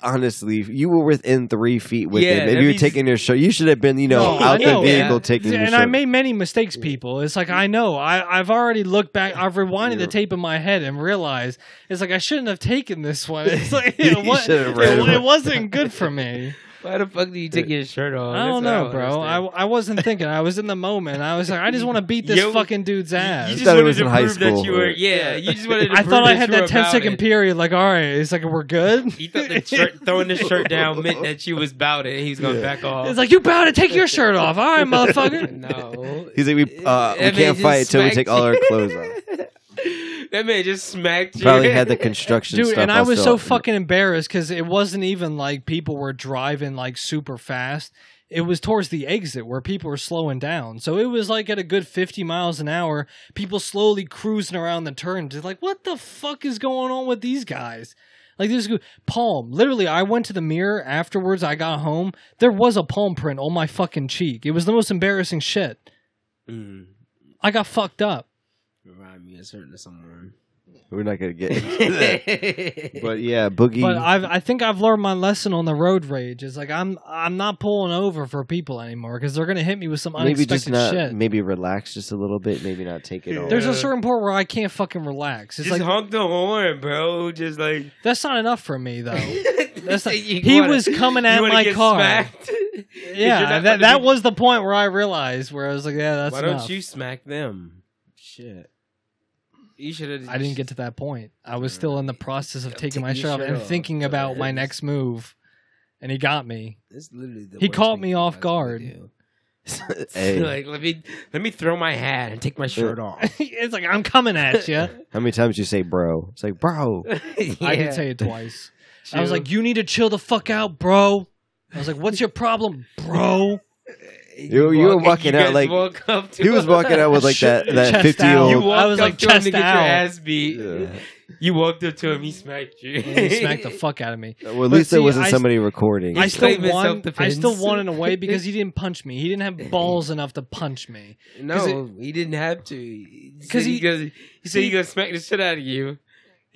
[SPEAKER 1] Honestly, you were within three feet with
[SPEAKER 5] Yeah,
[SPEAKER 1] him. If
[SPEAKER 5] that
[SPEAKER 1] you were
[SPEAKER 5] means-
[SPEAKER 1] taking your shirt, you should have been, you know,
[SPEAKER 4] No, I
[SPEAKER 1] out the
[SPEAKER 4] know,
[SPEAKER 1] vehicle
[SPEAKER 5] yeah.
[SPEAKER 1] taking your
[SPEAKER 4] and
[SPEAKER 1] shirt.
[SPEAKER 4] I made many mistakes, people. It's like I know. I, I've already looked back. I've rewinded the tape in my head and realized it's like I shouldn't have taken this one. It's like
[SPEAKER 1] You
[SPEAKER 4] it, wa-
[SPEAKER 1] should have
[SPEAKER 4] it-
[SPEAKER 1] ran.
[SPEAKER 4] it wasn't good for me.
[SPEAKER 5] Why the fuck do you take your shirt off?
[SPEAKER 4] I don't know, bro. I, I wasn't thinking. I was in the moment. I was like, I just want to beat this
[SPEAKER 5] Yo,
[SPEAKER 4] fucking dude's ass.
[SPEAKER 5] You just
[SPEAKER 1] thought it
[SPEAKER 5] wanted
[SPEAKER 1] was
[SPEAKER 5] to
[SPEAKER 1] in high
[SPEAKER 5] prove
[SPEAKER 1] school,
[SPEAKER 5] that you were.
[SPEAKER 1] right?
[SPEAKER 5] Yeah, you just wanted to
[SPEAKER 4] I
[SPEAKER 5] prove
[SPEAKER 4] thought I had
[SPEAKER 5] you
[SPEAKER 4] that
[SPEAKER 5] were
[SPEAKER 4] 10
[SPEAKER 5] about
[SPEAKER 4] second
[SPEAKER 5] it.
[SPEAKER 4] period. Like, all right, it's like we're good.
[SPEAKER 5] You thought the shirt, throwing the shirt down meant that you was about it. and He was gonna back off.
[SPEAKER 4] it's like you bow to take your shirt off. All right, motherfucker.
[SPEAKER 5] no.
[SPEAKER 1] He's like, we uh,
[SPEAKER 5] That
[SPEAKER 1] we
[SPEAKER 5] man
[SPEAKER 1] can't
[SPEAKER 5] just
[SPEAKER 1] fight until we
[SPEAKER 5] smacked
[SPEAKER 1] take all our
[SPEAKER 5] you.
[SPEAKER 1] clothes off.
[SPEAKER 5] That man just smacked you.
[SPEAKER 1] Probably had the construction
[SPEAKER 4] Dude,
[SPEAKER 1] stuff.
[SPEAKER 4] and I
[SPEAKER 1] all
[SPEAKER 4] was
[SPEAKER 1] still
[SPEAKER 4] so
[SPEAKER 1] up in it.
[SPEAKER 4] fucking embarrassed because it wasn't even like people were driving like super fast. It was towards the exit where people were slowing down. So it was like at a good 50 miles an hour, people slowly cruising around the turn. Just like, what the fuck is going on with these guys? Like this is- palm. Literally, I went to the mirror afterwards. I got home. There was a palm print on my fucking cheek. It was the most embarrassing shit.
[SPEAKER 5] Mm,
[SPEAKER 4] I got fucked up.
[SPEAKER 5] remind me of certain someone.
[SPEAKER 1] We're not gonna get. Into that. But yeah, Boogie.
[SPEAKER 4] But I've, I think I've learned my lesson on the road rage. It's like I'm I'm not pulling over for people anymore because they're gonna hit me with some
[SPEAKER 1] maybe
[SPEAKER 4] unexpected
[SPEAKER 1] just not.
[SPEAKER 4] shit.
[SPEAKER 1] Maybe relax just a little bit. Maybe not take it all.
[SPEAKER 4] There's
[SPEAKER 5] Yeah.
[SPEAKER 4] a certain point where I can't fucking relax. It's
[SPEAKER 5] just
[SPEAKER 4] like
[SPEAKER 5] honk the horn, bro. Just like
[SPEAKER 4] that's not enough for me
[SPEAKER 1] Oh.
[SPEAKER 4] though. That's not-
[SPEAKER 5] You
[SPEAKER 4] he
[SPEAKER 5] wanna-
[SPEAKER 4] was coming
[SPEAKER 5] you
[SPEAKER 4] at
[SPEAKER 5] wanna
[SPEAKER 4] my
[SPEAKER 5] get
[SPEAKER 4] car.
[SPEAKER 5] smacked? You're
[SPEAKER 4] yeah,
[SPEAKER 5] not
[SPEAKER 4] that
[SPEAKER 5] gonna
[SPEAKER 4] that
[SPEAKER 5] be-
[SPEAKER 4] was the point where I realized where I was like, yeah, that's
[SPEAKER 5] Why
[SPEAKER 4] enough.
[SPEAKER 5] don't you smack them? Shit, you should have.
[SPEAKER 4] I didn't get to that point. I was still in the process of
[SPEAKER 5] Taking
[SPEAKER 4] taking my
[SPEAKER 5] your
[SPEAKER 4] shirt off
[SPEAKER 5] shirt
[SPEAKER 4] and
[SPEAKER 5] off.
[SPEAKER 4] thinking about my
[SPEAKER 5] Yes.
[SPEAKER 4] next move, and he got me.
[SPEAKER 5] That's literally the
[SPEAKER 4] He
[SPEAKER 5] worst
[SPEAKER 4] caught
[SPEAKER 5] thing
[SPEAKER 4] me
[SPEAKER 5] you
[SPEAKER 4] off
[SPEAKER 5] guys can
[SPEAKER 4] guard.
[SPEAKER 5] do.
[SPEAKER 1] Hey. Uh,
[SPEAKER 5] like let me let me throw my hat and take my shirt off.
[SPEAKER 4] it's like I'm coming at you.
[SPEAKER 1] How many times you say "bro"? It's like, bro.
[SPEAKER 4] I did say it twice. I was like, you need to chill the fuck out, bro. I was like, what's your problem, bro?
[SPEAKER 1] You- you were walking out
[SPEAKER 5] guys
[SPEAKER 1] like-
[SPEAKER 5] walk up to
[SPEAKER 1] He was
[SPEAKER 5] him.
[SPEAKER 1] walking out with like that that
[SPEAKER 4] Chest
[SPEAKER 1] fifty year
[SPEAKER 4] out.
[SPEAKER 5] You
[SPEAKER 1] old.
[SPEAKER 5] walked
[SPEAKER 4] I was
[SPEAKER 5] up
[SPEAKER 4] like,
[SPEAKER 5] to him
[SPEAKER 4] chest
[SPEAKER 5] to get
[SPEAKER 4] out.
[SPEAKER 5] your ass beat.
[SPEAKER 1] Yeah.
[SPEAKER 5] You walked up to him, he smacked you.
[SPEAKER 4] And he smacked the fuck out of me.
[SPEAKER 1] Well, at least
[SPEAKER 4] see,
[SPEAKER 1] there wasn't
[SPEAKER 4] I-
[SPEAKER 1] somebody recording.
[SPEAKER 4] I still
[SPEAKER 5] claimed his
[SPEAKER 4] won. I
[SPEAKER 5] self-defense.
[SPEAKER 4] still won in a way because he didn't punch me. He didn't have balls enough to punch me.
[SPEAKER 5] No, he didn't have to. He said
[SPEAKER 4] 'Cause
[SPEAKER 5] he,
[SPEAKER 4] he-
[SPEAKER 5] goes, he said he
[SPEAKER 4] he-
[SPEAKER 5] gonna smack the shit out of you.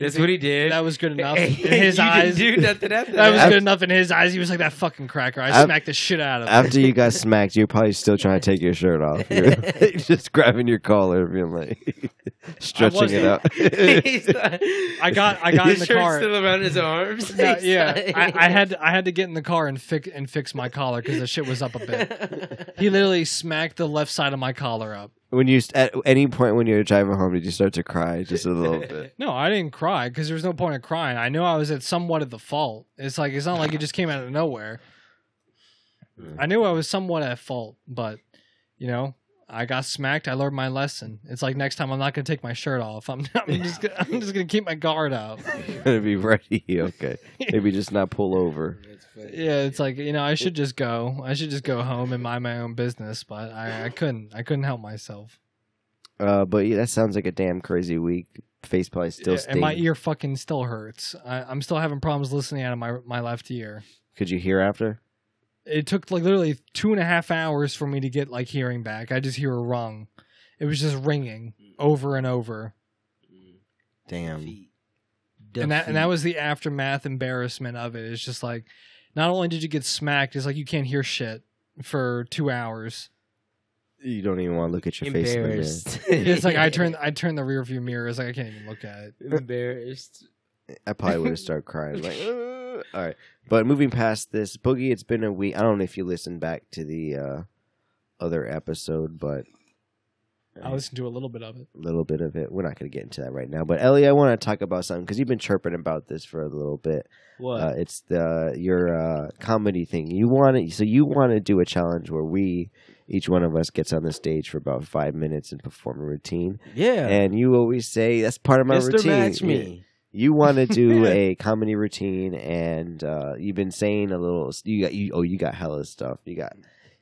[SPEAKER 5] That's what he did.
[SPEAKER 4] That was good enough in
[SPEAKER 5] And
[SPEAKER 4] his
[SPEAKER 5] you
[SPEAKER 4] eyes.
[SPEAKER 5] Didn't do nothing after
[SPEAKER 4] That was
[SPEAKER 1] I've-
[SPEAKER 4] good enough in his eyes. He was like that fucking cracker. I
[SPEAKER 1] I've-
[SPEAKER 4] smacked the shit out of him.
[SPEAKER 1] After you got smacked, you're probably still trying to take your shirt off. You're just grabbing your collar, being like stretching it
[SPEAKER 4] wasn't.
[SPEAKER 1] out.
[SPEAKER 5] He's like-
[SPEAKER 4] I got I got in
[SPEAKER 5] his
[SPEAKER 4] the
[SPEAKER 5] shirt's
[SPEAKER 4] car.
[SPEAKER 5] still around his arms.
[SPEAKER 4] No,
[SPEAKER 5] He's
[SPEAKER 4] yeah,
[SPEAKER 5] like-
[SPEAKER 4] I, I had I had to get in the car and fix and fix my collar because the shit was up a bit. He literally smacked the left side of my collar up.
[SPEAKER 1] when you at any point when you were driving home, did you start to cry just a little bit?
[SPEAKER 4] No, I didn't cry because there was no point in crying. I knew I was at somewhat of the fault. It's like it's not like it just came out of nowhere. I knew I was somewhat at fault, but you know, I got smacked. I learned my lesson. It's like next time I'm not gonna take my shirt off. I'm, I'm just gonna, I'm just gonna keep my guard up.
[SPEAKER 1] gonna be ready. Okay, maybe just not pull over.
[SPEAKER 5] That's funny.
[SPEAKER 4] Yeah, it's like you know I should just go. I should just go home and mind my own business, but I, I couldn't. I couldn't help myself.
[SPEAKER 1] Uh, but yeah, that sounds like a damn crazy week. Face probably still
[SPEAKER 4] Yeah, and my
[SPEAKER 1] stinging.
[SPEAKER 4] ear fucking still hurts. I, I'm still having problems listening out of my my left ear.
[SPEAKER 1] Could you hear after?
[SPEAKER 4] It took like literally two and a half hours for me to get like hearing back. I just hear a rung. It was just ringing over and over,
[SPEAKER 1] Damn.
[SPEAKER 5] Feet.
[SPEAKER 4] and that and that
[SPEAKER 5] Duck
[SPEAKER 4] was the aftermath embarrassment of it. It's just like, not only did you get smacked, it's like you can't hear shit for two hours.
[SPEAKER 1] You don't even want to look at your face. In the mirror.
[SPEAKER 3] Embarrassed.
[SPEAKER 4] It's like I turn I turn the rearview mirror. It's like I can't even look at it.
[SPEAKER 3] Embarrassed.
[SPEAKER 1] I probably would have started crying. Like, "Ugh." all right. But moving past this, Boogie, it's been a week. I don't know if you listened back to the uh, other episode, but
[SPEAKER 4] I listened to a little bit of it.
[SPEAKER 1] a little bit of it. We're not going to get into that right now. But Ellie, I want to talk about something because you've been chirping about this for a little bit.
[SPEAKER 3] What?
[SPEAKER 1] Uh, it's the your uh, comedy thing. You want to so you want to do a challenge where we each one of us gets on the stage for about five minutes and perform a routine.
[SPEAKER 5] yeah.
[SPEAKER 1] And you always say that's part of my
[SPEAKER 5] Mr.
[SPEAKER 1] routine.
[SPEAKER 5] Match
[SPEAKER 1] Yeah.
[SPEAKER 5] Me.
[SPEAKER 1] You want to do a comedy routine, and uh, you've been saying a little. You got you. Oh, you got hella stuff. You got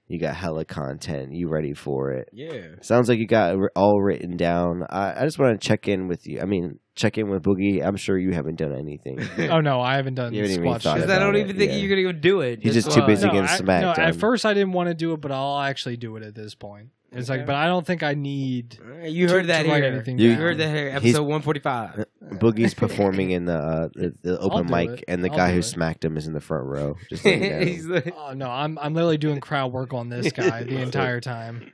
[SPEAKER 1] you got hella content. You ready for it?
[SPEAKER 5] Yeah.
[SPEAKER 1] Sounds like you got it wr- all written down. I, I just want to check in with you. I mean, check in with Boogie. I'm sure you haven't done anything.
[SPEAKER 4] Oh no, I haven't done
[SPEAKER 1] You haven't even
[SPEAKER 4] squat
[SPEAKER 1] thought
[SPEAKER 4] shit.
[SPEAKER 1] about
[SPEAKER 4] Uh,
[SPEAKER 3] Because I don't
[SPEAKER 1] it,
[SPEAKER 3] even think
[SPEAKER 1] yeah.
[SPEAKER 3] you're gonna go do it.
[SPEAKER 1] He's
[SPEAKER 3] That's
[SPEAKER 1] just too
[SPEAKER 3] why.
[SPEAKER 1] busy
[SPEAKER 4] No,
[SPEAKER 1] getting
[SPEAKER 4] I-
[SPEAKER 1] smacked
[SPEAKER 4] No,
[SPEAKER 1] on.
[SPEAKER 4] at first I didn't want to do it, but I'll actually do it at this point. It's like,
[SPEAKER 3] Okay.
[SPEAKER 4] but I don't think I need.
[SPEAKER 5] All right,
[SPEAKER 3] You
[SPEAKER 4] to-
[SPEAKER 3] heard that
[SPEAKER 4] to write
[SPEAKER 3] here.
[SPEAKER 4] anything
[SPEAKER 1] You
[SPEAKER 3] You
[SPEAKER 4] down.
[SPEAKER 3] heard that here.
[SPEAKER 1] He's-
[SPEAKER 3] Episode one forty five.
[SPEAKER 1] Boogie's performing in the uh, the, the
[SPEAKER 4] I'll
[SPEAKER 1] open
[SPEAKER 4] do
[SPEAKER 1] mic,
[SPEAKER 4] it.
[SPEAKER 1] and the
[SPEAKER 4] I'll
[SPEAKER 1] guy
[SPEAKER 4] do
[SPEAKER 1] who
[SPEAKER 4] it.
[SPEAKER 1] smacked him is in the front row. Just so you know.
[SPEAKER 3] He's like,
[SPEAKER 4] Oh no, I'm I'm literally doing crowd work on this guy the entire time.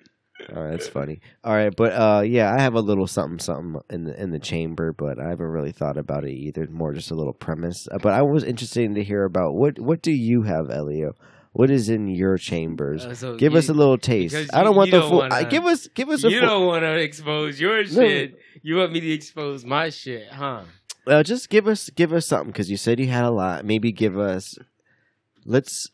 [SPEAKER 1] Oh, that's funny. All right, but uh, yeah, I have a little something something in the in the chamber, but I haven't really thought about it either. More just a little premise. Uh, But I was interested to hear about what what do you have, Elio? What is in your chambers?
[SPEAKER 3] uh, so
[SPEAKER 1] give
[SPEAKER 3] you,
[SPEAKER 1] us a little taste.
[SPEAKER 3] because
[SPEAKER 1] I don't
[SPEAKER 3] you-
[SPEAKER 1] want
[SPEAKER 3] you
[SPEAKER 1] the
[SPEAKER 3] don't
[SPEAKER 1] full.
[SPEAKER 3] wanna-
[SPEAKER 1] I, give us give us a
[SPEAKER 3] You
[SPEAKER 1] full,
[SPEAKER 3] don't want to expose your shit. You want me to expose my shit, huh?
[SPEAKER 1] uh, just give us give us something because you said you had a lot. Maybe give us. Let's.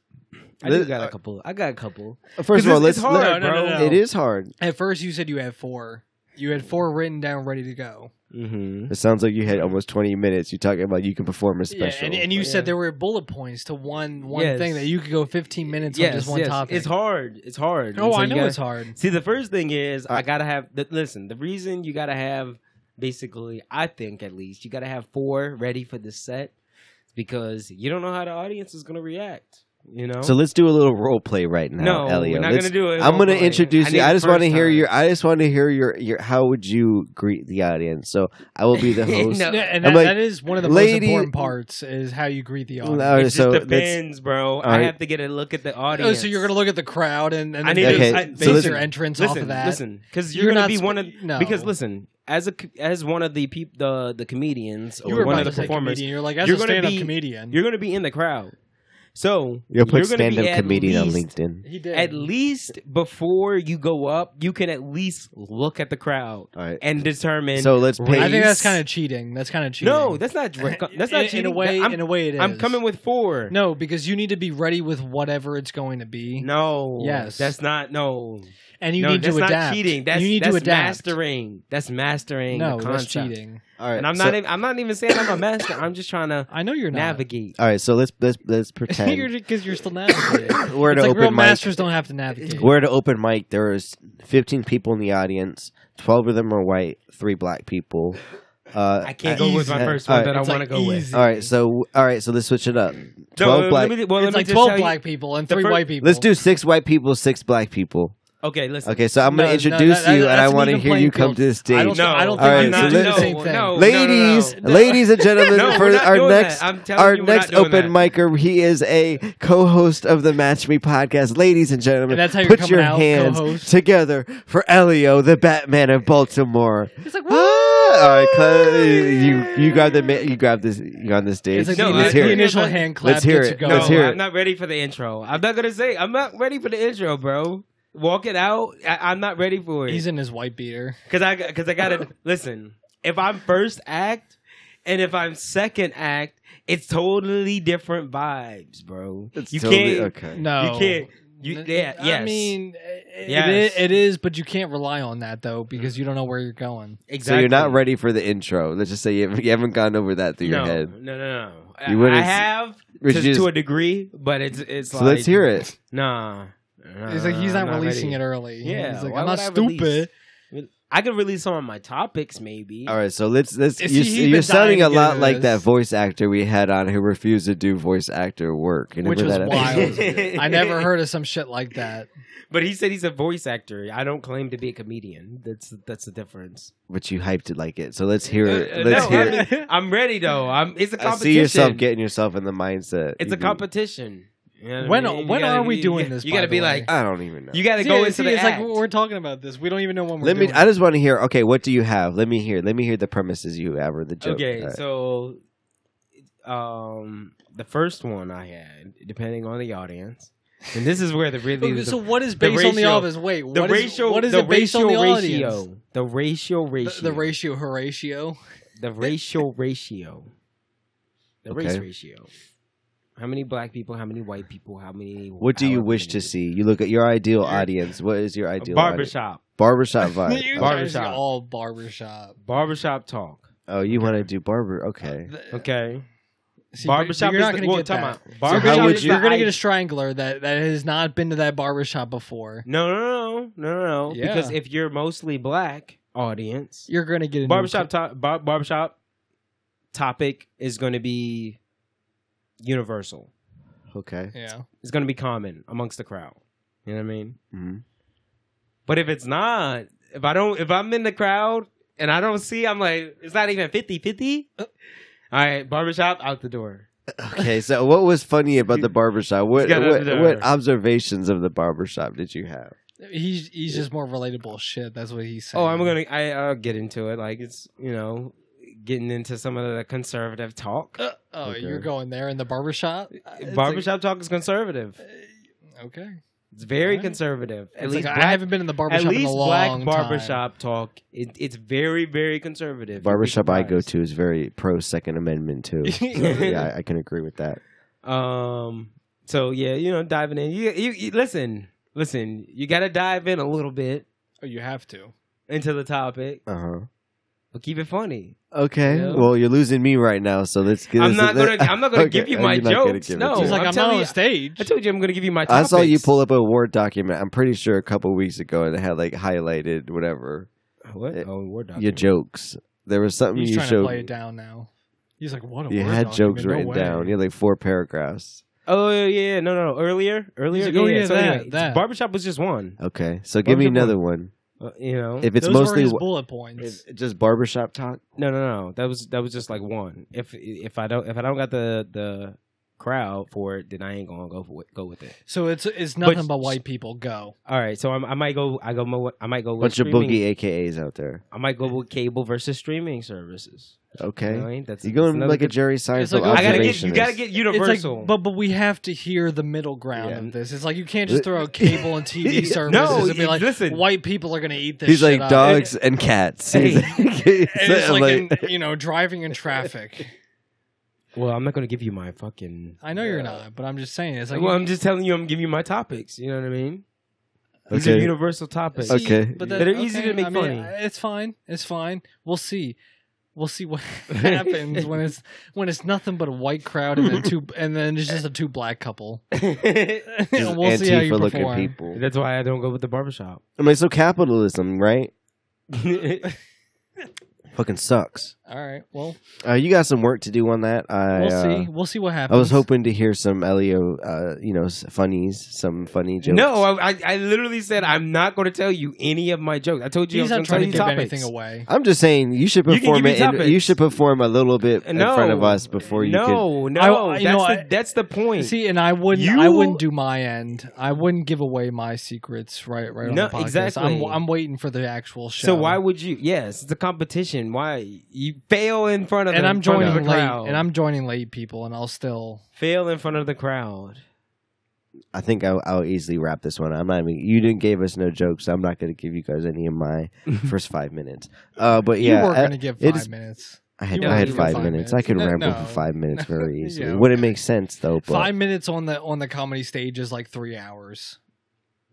[SPEAKER 5] I do
[SPEAKER 1] let-
[SPEAKER 5] got a couple. I got a couple.
[SPEAKER 1] uh, First
[SPEAKER 5] 'cause
[SPEAKER 1] of all,
[SPEAKER 5] it's-
[SPEAKER 1] let's.
[SPEAKER 5] it's
[SPEAKER 1] let-
[SPEAKER 4] hard, No, no, bro. no.
[SPEAKER 1] It is hard.
[SPEAKER 4] At first, you said you had four. You had four written down, ready to go.
[SPEAKER 5] Mm-hmm.
[SPEAKER 1] It sounds like you had almost twenty minutes. You're talking about you can perform a special.
[SPEAKER 4] Yeah, and, and you
[SPEAKER 3] Yeah.
[SPEAKER 4] said there were bullet points to one one
[SPEAKER 5] Yes.
[SPEAKER 4] thing that you could go 15 minutes on just one topic.
[SPEAKER 5] It's hard. It's hard.
[SPEAKER 4] Oh,
[SPEAKER 5] And so
[SPEAKER 4] I
[SPEAKER 5] you
[SPEAKER 4] know
[SPEAKER 5] gotta-
[SPEAKER 4] it's hard.
[SPEAKER 5] See, the first thing is
[SPEAKER 1] Uh,
[SPEAKER 5] I gotta have. The, listen, the reason you gotta have, basically, I think at least you gotta have four ready for the set, is because you don't know how the audience is gonna react. You know.
[SPEAKER 1] So let's do a little role play right now,
[SPEAKER 5] no,
[SPEAKER 1] Elio.
[SPEAKER 5] we're not
[SPEAKER 1] Let's-
[SPEAKER 5] gonna do it.
[SPEAKER 1] I'm
[SPEAKER 5] We'll
[SPEAKER 1] gonna
[SPEAKER 5] go in.
[SPEAKER 1] introduce
[SPEAKER 5] need
[SPEAKER 1] you. I
[SPEAKER 5] the
[SPEAKER 1] just want to
[SPEAKER 5] first
[SPEAKER 1] hear
[SPEAKER 5] time.
[SPEAKER 1] your. I just want to hear your. Your. How would you greet the audience? So I will be the host.
[SPEAKER 5] No.
[SPEAKER 4] Yeah, and
[SPEAKER 1] I'm
[SPEAKER 4] that,
[SPEAKER 1] like,
[SPEAKER 4] that is one of the
[SPEAKER 1] lady-
[SPEAKER 4] most important parts is how you greet the audience.
[SPEAKER 1] All right,
[SPEAKER 5] It just
[SPEAKER 1] so let's-
[SPEAKER 5] depends, bro.
[SPEAKER 1] right.
[SPEAKER 5] I have to get a look at the audience.
[SPEAKER 4] Oh, so you're gonna look at the crowd and, and
[SPEAKER 5] uh, I
[SPEAKER 4] then
[SPEAKER 5] need
[SPEAKER 4] base-
[SPEAKER 1] Okay,
[SPEAKER 4] I-
[SPEAKER 1] so
[SPEAKER 4] base
[SPEAKER 1] listen-
[SPEAKER 4] your entrance
[SPEAKER 5] listen,
[SPEAKER 4] off of that.
[SPEAKER 5] Listen, because
[SPEAKER 4] You're
[SPEAKER 5] you're, gonna
[SPEAKER 4] not
[SPEAKER 5] be
[SPEAKER 4] sp-
[SPEAKER 5] one of
[SPEAKER 4] no.
[SPEAKER 5] because listen, as a co- as one of the peop, the the comedians
[SPEAKER 4] you
[SPEAKER 5] or
[SPEAKER 4] were
[SPEAKER 5] one
[SPEAKER 4] about
[SPEAKER 5] of the
[SPEAKER 4] to say
[SPEAKER 5] performers,
[SPEAKER 4] comedian. You're like as
[SPEAKER 5] You're
[SPEAKER 4] a
[SPEAKER 5] gonna
[SPEAKER 4] stand-up
[SPEAKER 5] be-
[SPEAKER 4] comedian.
[SPEAKER 5] you're gonna be in the crowd. So
[SPEAKER 1] You'll put
[SPEAKER 5] you're gonna be
[SPEAKER 1] stand up
[SPEAKER 5] at
[SPEAKER 1] comedian
[SPEAKER 5] least-
[SPEAKER 1] on LinkedIn.
[SPEAKER 4] He did.
[SPEAKER 5] At least before you go up, you can at least look at the crowd
[SPEAKER 1] All right.
[SPEAKER 5] and determine.
[SPEAKER 1] So let's pay.
[SPEAKER 4] I think that's
[SPEAKER 5] race.
[SPEAKER 4] kind of cheating. That's kind of cheating.
[SPEAKER 5] no, that's not that's not
[SPEAKER 4] in,
[SPEAKER 5] cheating.
[SPEAKER 4] In a way,
[SPEAKER 5] I'm,
[SPEAKER 4] in a way, it is.
[SPEAKER 5] I'm coming with four.
[SPEAKER 4] No, because you need to be ready with whatever it's going to be,
[SPEAKER 5] no,
[SPEAKER 4] Yes.
[SPEAKER 5] that's not no.
[SPEAKER 4] and you
[SPEAKER 5] no,
[SPEAKER 4] need
[SPEAKER 5] that's
[SPEAKER 4] to
[SPEAKER 5] not
[SPEAKER 4] adapt.
[SPEAKER 5] cheating. That's
[SPEAKER 4] you need
[SPEAKER 5] that's
[SPEAKER 4] to adapt.
[SPEAKER 5] mastering. That's mastering.
[SPEAKER 4] No,
[SPEAKER 5] the
[SPEAKER 4] that's
[SPEAKER 5] concept.
[SPEAKER 4] cheating.
[SPEAKER 1] all right.
[SPEAKER 5] And I'm
[SPEAKER 1] so,
[SPEAKER 5] not. Even, I'm not even saying I'm a master. I'm just trying to
[SPEAKER 4] I know you're not.
[SPEAKER 5] navigate.
[SPEAKER 1] All right. So let's let's let's pretend
[SPEAKER 4] Because you're, still navigating. it's
[SPEAKER 1] we're at an
[SPEAKER 4] like real
[SPEAKER 1] open mic.
[SPEAKER 4] masters don't have to navigate.
[SPEAKER 1] We're at an open mic. There was 15 people in the audience. 12 of them are white. Three black people. Uh,
[SPEAKER 5] I can't go with my
[SPEAKER 1] uh,
[SPEAKER 5] first
[SPEAKER 1] all
[SPEAKER 5] one
[SPEAKER 1] right,
[SPEAKER 5] that I
[SPEAKER 4] It's
[SPEAKER 5] want to
[SPEAKER 4] like
[SPEAKER 5] go with.
[SPEAKER 4] easy.
[SPEAKER 1] All right. So all right. So let's switch it up. 12
[SPEAKER 5] No,
[SPEAKER 1] black.
[SPEAKER 5] Let me, well, let
[SPEAKER 4] it's
[SPEAKER 5] me
[SPEAKER 4] like
[SPEAKER 5] just tell
[SPEAKER 4] twelve
[SPEAKER 5] you-
[SPEAKER 4] black people and
[SPEAKER 5] the
[SPEAKER 4] three
[SPEAKER 5] fir-
[SPEAKER 4] white people.
[SPEAKER 1] Let's do six white people, six black people.
[SPEAKER 5] Okay, listen.
[SPEAKER 1] Okay, so I'm
[SPEAKER 4] No,
[SPEAKER 1] gonna
[SPEAKER 4] no,
[SPEAKER 1] introduce
[SPEAKER 4] that- that-
[SPEAKER 1] you, and
[SPEAKER 4] that's
[SPEAKER 1] I
[SPEAKER 4] an
[SPEAKER 1] want to
[SPEAKER 4] even
[SPEAKER 1] hear
[SPEAKER 4] playing
[SPEAKER 1] you come
[SPEAKER 4] field.
[SPEAKER 1] to the stage.
[SPEAKER 4] I don't,
[SPEAKER 5] No.
[SPEAKER 4] I don't
[SPEAKER 1] All
[SPEAKER 4] think
[SPEAKER 1] right,
[SPEAKER 4] you
[SPEAKER 1] so
[SPEAKER 4] need to do
[SPEAKER 1] let-
[SPEAKER 4] the same
[SPEAKER 5] no,
[SPEAKER 4] thing.
[SPEAKER 5] no.
[SPEAKER 1] ladies,
[SPEAKER 5] no.
[SPEAKER 1] ladies and gentlemen,
[SPEAKER 5] No,
[SPEAKER 1] for
[SPEAKER 5] we're not
[SPEAKER 1] our
[SPEAKER 5] doing
[SPEAKER 1] next
[SPEAKER 5] that. I'm telling
[SPEAKER 1] our
[SPEAKER 5] you, we're
[SPEAKER 1] next
[SPEAKER 5] not doing
[SPEAKER 1] open
[SPEAKER 5] that.
[SPEAKER 1] micer, he is a co-host of the Match Me podcast. Ladies and gentlemen,
[SPEAKER 4] And that's how you're
[SPEAKER 1] put
[SPEAKER 4] coming
[SPEAKER 1] your
[SPEAKER 4] out,
[SPEAKER 1] hands
[SPEAKER 4] co-host?
[SPEAKER 1] together for Elio, the Batman of Baltimore.
[SPEAKER 4] It's like,
[SPEAKER 1] Ah! All right, Cla- you you grab the ma- you grab this you got this stage.
[SPEAKER 4] It's like
[SPEAKER 5] No, I-
[SPEAKER 4] the,
[SPEAKER 1] let's
[SPEAKER 4] the
[SPEAKER 1] hear it.
[SPEAKER 4] initial
[SPEAKER 5] Let's
[SPEAKER 4] hand clap.
[SPEAKER 1] hear
[SPEAKER 4] gets
[SPEAKER 1] it.
[SPEAKER 4] you going.
[SPEAKER 1] Let's
[SPEAKER 5] no,
[SPEAKER 1] hear
[SPEAKER 5] I'm
[SPEAKER 1] it.
[SPEAKER 5] not ready for the intro. I'm not gonna say. I'm not ready for the intro, bro. Walk it out. I, I'm not ready for it.
[SPEAKER 4] He's in his white beater.
[SPEAKER 5] Cause I cause I gotta listen. If I'm first act and if I'm second act, it's totally different vibes, bro.
[SPEAKER 1] It's
[SPEAKER 5] you
[SPEAKER 1] totally-
[SPEAKER 5] can't
[SPEAKER 1] okay.
[SPEAKER 4] No,
[SPEAKER 5] you can't You,
[SPEAKER 4] Th-
[SPEAKER 5] yeah,
[SPEAKER 4] I
[SPEAKER 5] yes.
[SPEAKER 4] mean, it,
[SPEAKER 5] Yes.
[SPEAKER 4] it, i- it is, but you can't rely on that though because you don't know where you're going.
[SPEAKER 5] exactly.
[SPEAKER 1] So you're not ready for the intro. Let's just say you haven't, you haven't gone over that through
[SPEAKER 5] no,
[SPEAKER 1] your head.
[SPEAKER 5] No, no, no. I-
[SPEAKER 1] You wouldn't
[SPEAKER 5] I
[SPEAKER 1] s-
[SPEAKER 5] have
[SPEAKER 1] We
[SPEAKER 5] to,
[SPEAKER 1] should just-
[SPEAKER 5] to a degree, but it's it's
[SPEAKER 1] so
[SPEAKER 5] like
[SPEAKER 1] let's hear it.
[SPEAKER 5] Nah. nah
[SPEAKER 4] He's like, he's not, releasing
[SPEAKER 5] Uh, ready.
[SPEAKER 4] it early.
[SPEAKER 5] Yeah,
[SPEAKER 4] he's like,
[SPEAKER 5] why
[SPEAKER 4] I'm not
[SPEAKER 5] would I release?
[SPEAKER 4] stupid.
[SPEAKER 5] I could release some of my topics, maybe.
[SPEAKER 1] All right, so let's let's
[SPEAKER 4] Is
[SPEAKER 1] you,
[SPEAKER 4] he- he's
[SPEAKER 1] you're
[SPEAKER 4] been
[SPEAKER 1] sounding
[SPEAKER 4] dying
[SPEAKER 1] a
[SPEAKER 4] to get
[SPEAKER 1] lot
[SPEAKER 4] into
[SPEAKER 1] like that
[SPEAKER 4] this.
[SPEAKER 1] voice actor we had on who refused to do voice actor work. You
[SPEAKER 4] Which
[SPEAKER 1] remember
[SPEAKER 4] was
[SPEAKER 1] that episode?
[SPEAKER 4] wild. I never heard of some shit like that.
[SPEAKER 5] But he said he's a voice actor. I don't claim to be a comedian. That's that's the difference.
[SPEAKER 1] But you hyped it like it. So let's hear it.
[SPEAKER 5] Uh, uh,
[SPEAKER 1] let's
[SPEAKER 5] no,
[SPEAKER 1] hear.
[SPEAKER 5] I mean, I'm ready though. I'm. It's a
[SPEAKER 1] I
[SPEAKER 5] competition.
[SPEAKER 1] see yourself getting yourself in the mindset.
[SPEAKER 5] it's
[SPEAKER 1] You
[SPEAKER 5] a
[SPEAKER 1] can-
[SPEAKER 5] competition. You know what I
[SPEAKER 4] When-
[SPEAKER 5] mean? You
[SPEAKER 4] when
[SPEAKER 5] gotta
[SPEAKER 4] are we
[SPEAKER 5] be-
[SPEAKER 4] doing
[SPEAKER 5] you,
[SPEAKER 4] this,
[SPEAKER 5] You
[SPEAKER 4] by
[SPEAKER 5] gotta
[SPEAKER 4] the
[SPEAKER 5] be
[SPEAKER 4] way?
[SPEAKER 5] like,
[SPEAKER 1] I don't even know.
[SPEAKER 5] you gotta go
[SPEAKER 4] See,
[SPEAKER 5] into
[SPEAKER 4] see,
[SPEAKER 5] the
[SPEAKER 4] it's
[SPEAKER 5] act.
[SPEAKER 4] like we're talking about this. We don't even know when we're
[SPEAKER 1] Let me.
[SPEAKER 4] doing
[SPEAKER 1] I
[SPEAKER 4] it.
[SPEAKER 1] just want to hear. Okay, what do you have? Let me hear. Let me hear the premises you have or the joke.
[SPEAKER 5] okay,
[SPEAKER 1] All right.
[SPEAKER 5] so, um, the first one I had, depending on the audience, and this is where the really
[SPEAKER 4] Okay,
[SPEAKER 5] the,
[SPEAKER 4] so what is
[SPEAKER 5] the
[SPEAKER 4] based on the
[SPEAKER 5] ratio-
[SPEAKER 4] audience? Wait,
[SPEAKER 5] the
[SPEAKER 4] what is-
[SPEAKER 5] ratio.
[SPEAKER 4] what is
[SPEAKER 5] the
[SPEAKER 4] it based on
[SPEAKER 5] ratio
[SPEAKER 4] the
[SPEAKER 5] ratio?
[SPEAKER 4] audience?
[SPEAKER 5] The ratio
[SPEAKER 4] The,
[SPEAKER 5] ratio.
[SPEAKER 4] the ratio, Horatio.
[SPEAKER 5] The racial ratio. The race
[SPEAKER 1] Okay.
[SPEAKER 5] ratio. How many black people? How many white people? How many?
[SPEAKER 1] What do you
[SPEAKER 5] Arab
[SPEAKER 1] wish to
[SPEAKER 5] people?
[SPEAKER 1] see? You look at your ideal audience. What is your
[SPEAKER 5] A
[SPEAKER 1] ideal audience?
[SPEAKER 5] barbershop.
[SPEAKER 1] barbershop vibe?
[SPEAKER 4] You guys
[SPEAKER 5] Barbershop.
[SPEAKER 4] are All barbershop.
[SPEAKER 5] Barbershop talk.
[SPEAKER 1] Oh, you want to do barber? Okay.
[SPEAKER 4] The-
[SPEAKER 5] Okay.
[SPEAKER 4] See, but- but
[SPEAKER 5] barbershop
[SPEAKER 4] you're
[SPEAKER 5] is
[SPEAKER 4] not
[SPEAKER 5] the-
[SPEAKER 4] gonna
[SPEAKER 5] well,
[SPEAKER 4] get
[SPEAKER 5] time
[SPEAKER 4] that.
[SPEAKER 5] out.
[SPEAKER 4] So
[SPEAKER 5] Barbershop
[SPEAKER 1] how
[SPEAKER 4] you're
[SPEAKER 1] would
[SPEAKER 4] gonna-
[SPEAKER 1] you-
[SPEAKER 4] you're gonna get
[SPEAKER 5] I-
[SPEAKER 4] a strangler that, that has not been to that barbershop before.
[SPEAKER 5] No, no, no, no, no, no. Because
[SPEAKER 4] Yeah.
[SPEAKER 5] if you're mostly black audience,
[SPEAKER 4] You're gonna get a new
[SPEAKER 5] barbershop to- bar- barbershop topic is going to be universal.
[SPEAKER 1] Okay.
[SPEAKER 4] yeah.
[SPEAKER 5] It's going to be common amongst the crowd. You know what I mean?
[SPEAKER 1] hmm
[SPEAKER 5] But if it's not, if I don't, if I'm in the crowd and I don't see, I'm like, it's not even 50 50. All right, barbershop out the door.
[SPEAKER 1] Okay. So, what was funny about the barbershop? What
[SPEAKER 5] gotta
[SPEAKER 1] what,
[SPEAKER 5] observe.
[SPEAKER 1] what observations of the barbershop did you have?
[SPEAKER 4] He's he's just more relatable shit. That's what he's saying.
[SPEAKER 5] Oh, I'm gonna, I, I'll get into it. Like it's, you know, getting into some of the conservative talk.
[SPEAKER 4] Uh, oh,
[SPEAKER 1] Okay.
[SPEAKER 4] you're going there in the barbershop. It's
[SPEAKER 5] Uh, barbershop talk is conservative.
[SPEAKER 4] like- okay.
[SPEAKER 5] It's very
[SPEAKER 4] Alright.
[SPEAKER 5] conservative. At
[SPEAKER 4] It's
[SPEAKER 5] least,
[SPEAKER 4] like,
[SPEAKER 5] black,
[SPEAKER 4] I haven't been in the
[SPEAKER 5] at
[SPEAKER 4] barbershop in
[SPEAKER 5] least
[SPEAKER 4] a long
[SPEAKER 5] black
[SPEAKER 4] time.
[SPEAKER 5] barbershop talk. It, it's very, very conservative. You'd be
[SPEAKER 1] barbershop I go
[SPEAKER 5] surprised.
[SPEAKER 1] to is very pro Second Amendment too. So, yeah, I, I can agree with that.
[SPEAKER 5] Um. So yeah, you know, diving in. You, you, you listen, listen. You got to dive in a little bit
[SPEAKER 4] Oh, you have to.
[SPEAKER 5] into the topic,
[SPEAKER 1] Uh huh.
[SPEAKER 5] but keep it funny.
[SPEAKER 1] Okay.
[SPEAKER 5] Yeah.
[SPEAKER 1] Well, you're losing me right now, so let's get.
[SPEAKER 5] I'm
[SPEAKER 1] this-
[SPEAKER 5] not gonna.
[SPEAKER 1] let-
[SPEAKER 5] I'm not gonna give
[SPEAKER 1] Okay,
[SPEAKER 5] you my
[SPEAKER 1] you're not gonna
[SPEAKER 5] jokes.
[SPEAKER 1] give it
[SPEAKER 5] No,
[SPEAKER 1] to
[SPEAKER 4] He's like,
[SPEAKER 5] I'm,
[SPEAKER 4] I'm, not
[SPEAKER 5] telling
[SPEAKER 4] on
[SPEAKER 5] you.
[SPEAKER 4] stage.
[SPEAKER 5] I told you I'm gonna give you my.
[SPEAKER 1] I
[SPEAKER 5] Topics.
[SPEAKER 1] saw you pull up a Word document. I'm pretty sure a couple weeks ago and it had like highlighted whatever
[SPEAKER 5] What?
[SPEAKER 1] Uh,
[SPEAKER 5] Oh, we're done.
[SPEAKER 1] your jokes. There was something
[SPEAKER 4] He's
[SPEAKER 1] you
[SPEAKER 4] trying to play it
[SPEAKER 1] showed.
[SPEAKER 4] down now. He's like, what a
[SPEAKER 1] You
[SPEAKER 4] word
[SPEAKER 1] had
[SPEAKER 4] document,
[SPEAKER 1] jokes
[SPEAKER 4] no
[SPEAKER 1] written
[SPEAKER 4] way.
[SPEAKER 1] down. You had like four paragraphs.
[SPEAKER 5] Oh yeah, yeah, no, no, no. Earlier, earlier.
[SPEAKER 4] like, oh, yeah,
[SPEAKER 5] so
[SPEAKER 4] that,
[SPEAKER 5] anyway,
[SPEAKER 4] that.
[SPEAKER 5] Barbershop was just one.
[SPEAKER 1] Okay, so give me
[SPEAKER 5] was your
[SPEAKER 1] another one.
[SPEAKER 5] Uh, you know.
[SPEAKER 1] If it's
[SPEAKER 4] Those
[SPEAKER 1] mostly
[SPEAKER 4] were his
[SPEAKER 1] wh-
[SPEAKER 4] bullet points.
[SPEAKER 1] if- just barbershop talk.
[SPEAKER 5] no, no, no. That was that was just like one. If if I don't if I don't got the the crowd for it, then I ain't gonna go for it, go with it.
[SPEAKER 4] So it's it's
[SPEAKER 5] But-
[SPEAKER 4] nothing but, white people go.
[SPEAKER 5] All right, so I'm, I might go. I go. mo- I might go with
[SPEAKER 1] Bunch of
[SPEAKER 5] streaming-
[SPEAKER 1] boogie AKAs out there.
[SPEAKER 5] I might go with cable versus streaming services. You know what I
[SPEAKER 1] Okay,
[SPEAKER 5] mean? That's
[SPEAKER 1] you
[SPEAKER 5] that's
[SPEAKER 1] going
[SPEAKER 5] another
[SPEAKER 1] like a
[SPEAKER 5] good- oh,
[SPEAKER 1] Jerry Seinfeld
[SPEAKER 4] like,
[SPEAKER 5] I gotta get. You
[SPEAKER 1] observationist.
[SPEAKER 5] gotta get
[SPEAKER 4] It's
[SPEAKER 5] universal.
[SPEAKER 4] like, but but we have to hear the middle ground
[SPEAKER 5] Yeah.
[SPEAKER 4] of this. It's like you can't just throw cable and TV services
[SPEAKER 5] No,
[SPEAKER 4] and be like,
[SPEAKER 5] listen.
[SPEAKER 4] white people are gonna eat this.
[SPEAKER 1] He's like
[SPEAKER 4] shit up.
[SPEAKER 1] dogs and cats.
[SPEAKER 5] Hey.
[SPEAKER 1] He's like, he's
[SPEAKER 4] And it's
[SPEAKER 1] like-
[SPEAKER 4] like, in, you know, driving in traffic.
[SPEAKER 5] well, I'm not gonna give you my fucking.
[SPEAKER 4] I know you're not, but I'm just saying. It's like
[SPEAKER 5] Well, I'm just telling you. I'm giving you my topics. You know what I mean? These are
[SPEAKER 1] Okay.
[SPEAKER 5] universal topics.
[SPEAKER 4] See,
[SPEAKER 1] Okay.
[SPEAKER 4] but
[SPEAKER 5] That
[SPEAKER 4] that-
[SPEAKER 5] are easy
[SPEAKER 4] okay,
[SPEAKER 5] to make
[SPEAKER 4] I mean,
[SPEAKER 5] funny.
[SPEAKER 4] It's fine. It's fine. We'll see. We'll see what happens when it's when it's nothing but a white crowd and then two and then it's just a two black couple.
[SPEAKER 1] just
[SPEAKER 4] And we'll see how you
[SPEAKER 1] Antifa looking
[SPEAKER 4] perform.
[SPEAKER 1] people.
[SPEAKER 5] That's why I don't go with the barbershop.
[SPEAKER 1] I mean, so capitalism, right?
[SPEAKER 5] yeah,
[SPEAKER 1] Fucking sucks.
[SPEAKER 4] All right. Well,
[SPEAKER 1] Uh, you got some work to do on that. I,
[SPEAKER 4] we'll
[SPEAKER 1] uh,
[SPEAKER 4] see. We'll see what
[SPEAKER 1] I
[SPEAKER 4] happens.
[SPEAKER 1] was hoping to hear some Elio, uh, you know, s- funnies, some funny jokes.
[SPEAKER 5] no, I, I, I literally said I'm not going to tell you any of my jokes. I told you
[SPEAKER 4] he's
[SPEAKER 5] I
[SPEAKER 4] not
[SPEAKER 5] was going
[SPEAKER 4] trying to
[SPEAKER 5] to
[SPEAKER 4] give
[SPEAKER 5] tell you topics.
[SPEAKER 4] anything away.
[SPEAKER 1] I'm just saying you should
[SPEAKER 5] You can give
[SPEAKER 1] perform
[SPEAKER 5] me
[SPEAKER 1] it. in- you
[SPEAKER 5] topics. Uh,
[SPEAKER 1] should perform a little bit in
[SPEAKER 5] No.
[SPEAKER 1] front of us before you could.
[SPEAKER 5] No, no,
[SPEAKER 4] I-
[SPEAKER 5] that's,
[SPEAKER 4] you know,
[SPEAKER 5] the,
[SPEAKER 4] I-
[SPEAKER 5] that's the point.
[SPEAKER 4] See, and I wouldn't.
[SPEAKER 5] You-
[SPEAKER 4] I wouldn't do my end. I wouldn't give away my secrets. Right. Right. On
[SPEAKER 5] No,
[SPEAKER 4] the podcast. I'm,
[SPEAKER 5] exactly.
[SPEAKER 4] I'm waiting for the actual show.
[SPEAKER 5] So why would you? Yes, it's a competition. Why you fail in front of
[SPEAKER 4] and
[SPEAKER 5] the,
[SPEAKER 4] I'm
[SPEAKER 5] in front of
[SPEAKER 4] joining
[SPEAKER 5] the
[SPEAKER 4] late,
[SPEAKER 5] crowd?
[SPEAKER 4] and I'm joining late people, and I'll still.
[SPEAKER 5] fail in front of the crowd.
[SPEAKER 1] I think I'll, I'll easily wrap this one. I'm not even. You didn't give us no jokes. so I'm not going to give you guys any of my first five minutes. Uh, but yeah,
[SPEAKER 4] you were
[SPEAKER 1] I-
[SPEAKER 4] going to give
[SPEAKER 1] it
[SPEAKER 4] five
[SPEAKER 1] is-
[SPEAKER 4] minutes.
[SPEAKER 1] I had,
[SPEAKER 4] you
[SPEAKER 1] I
[SPEAKER 4] were
[SPEAKER 1] had
[SPEAKER 4] gonna give
[SPEAKER 1] five
[SPEAKER 4] five
[SPEAKER 1] minutes.
[SPEAKER 4] minutes.
[SPEAKER 1] I could
[SPEAKER 4] No,
[SPEAKER 1] ramble
[SPEAKER 4] no.
[SPEAKER 1] for five minutes very easily.
[SPEAKER 4] Yeah,
[SPEAKER 1] It wouldn't
[SPEAKER 4] okay.
[SPEAKER 1] make sense though. But
[SPEAKER 4] Five minutes on the on the comedy stage is like three hours.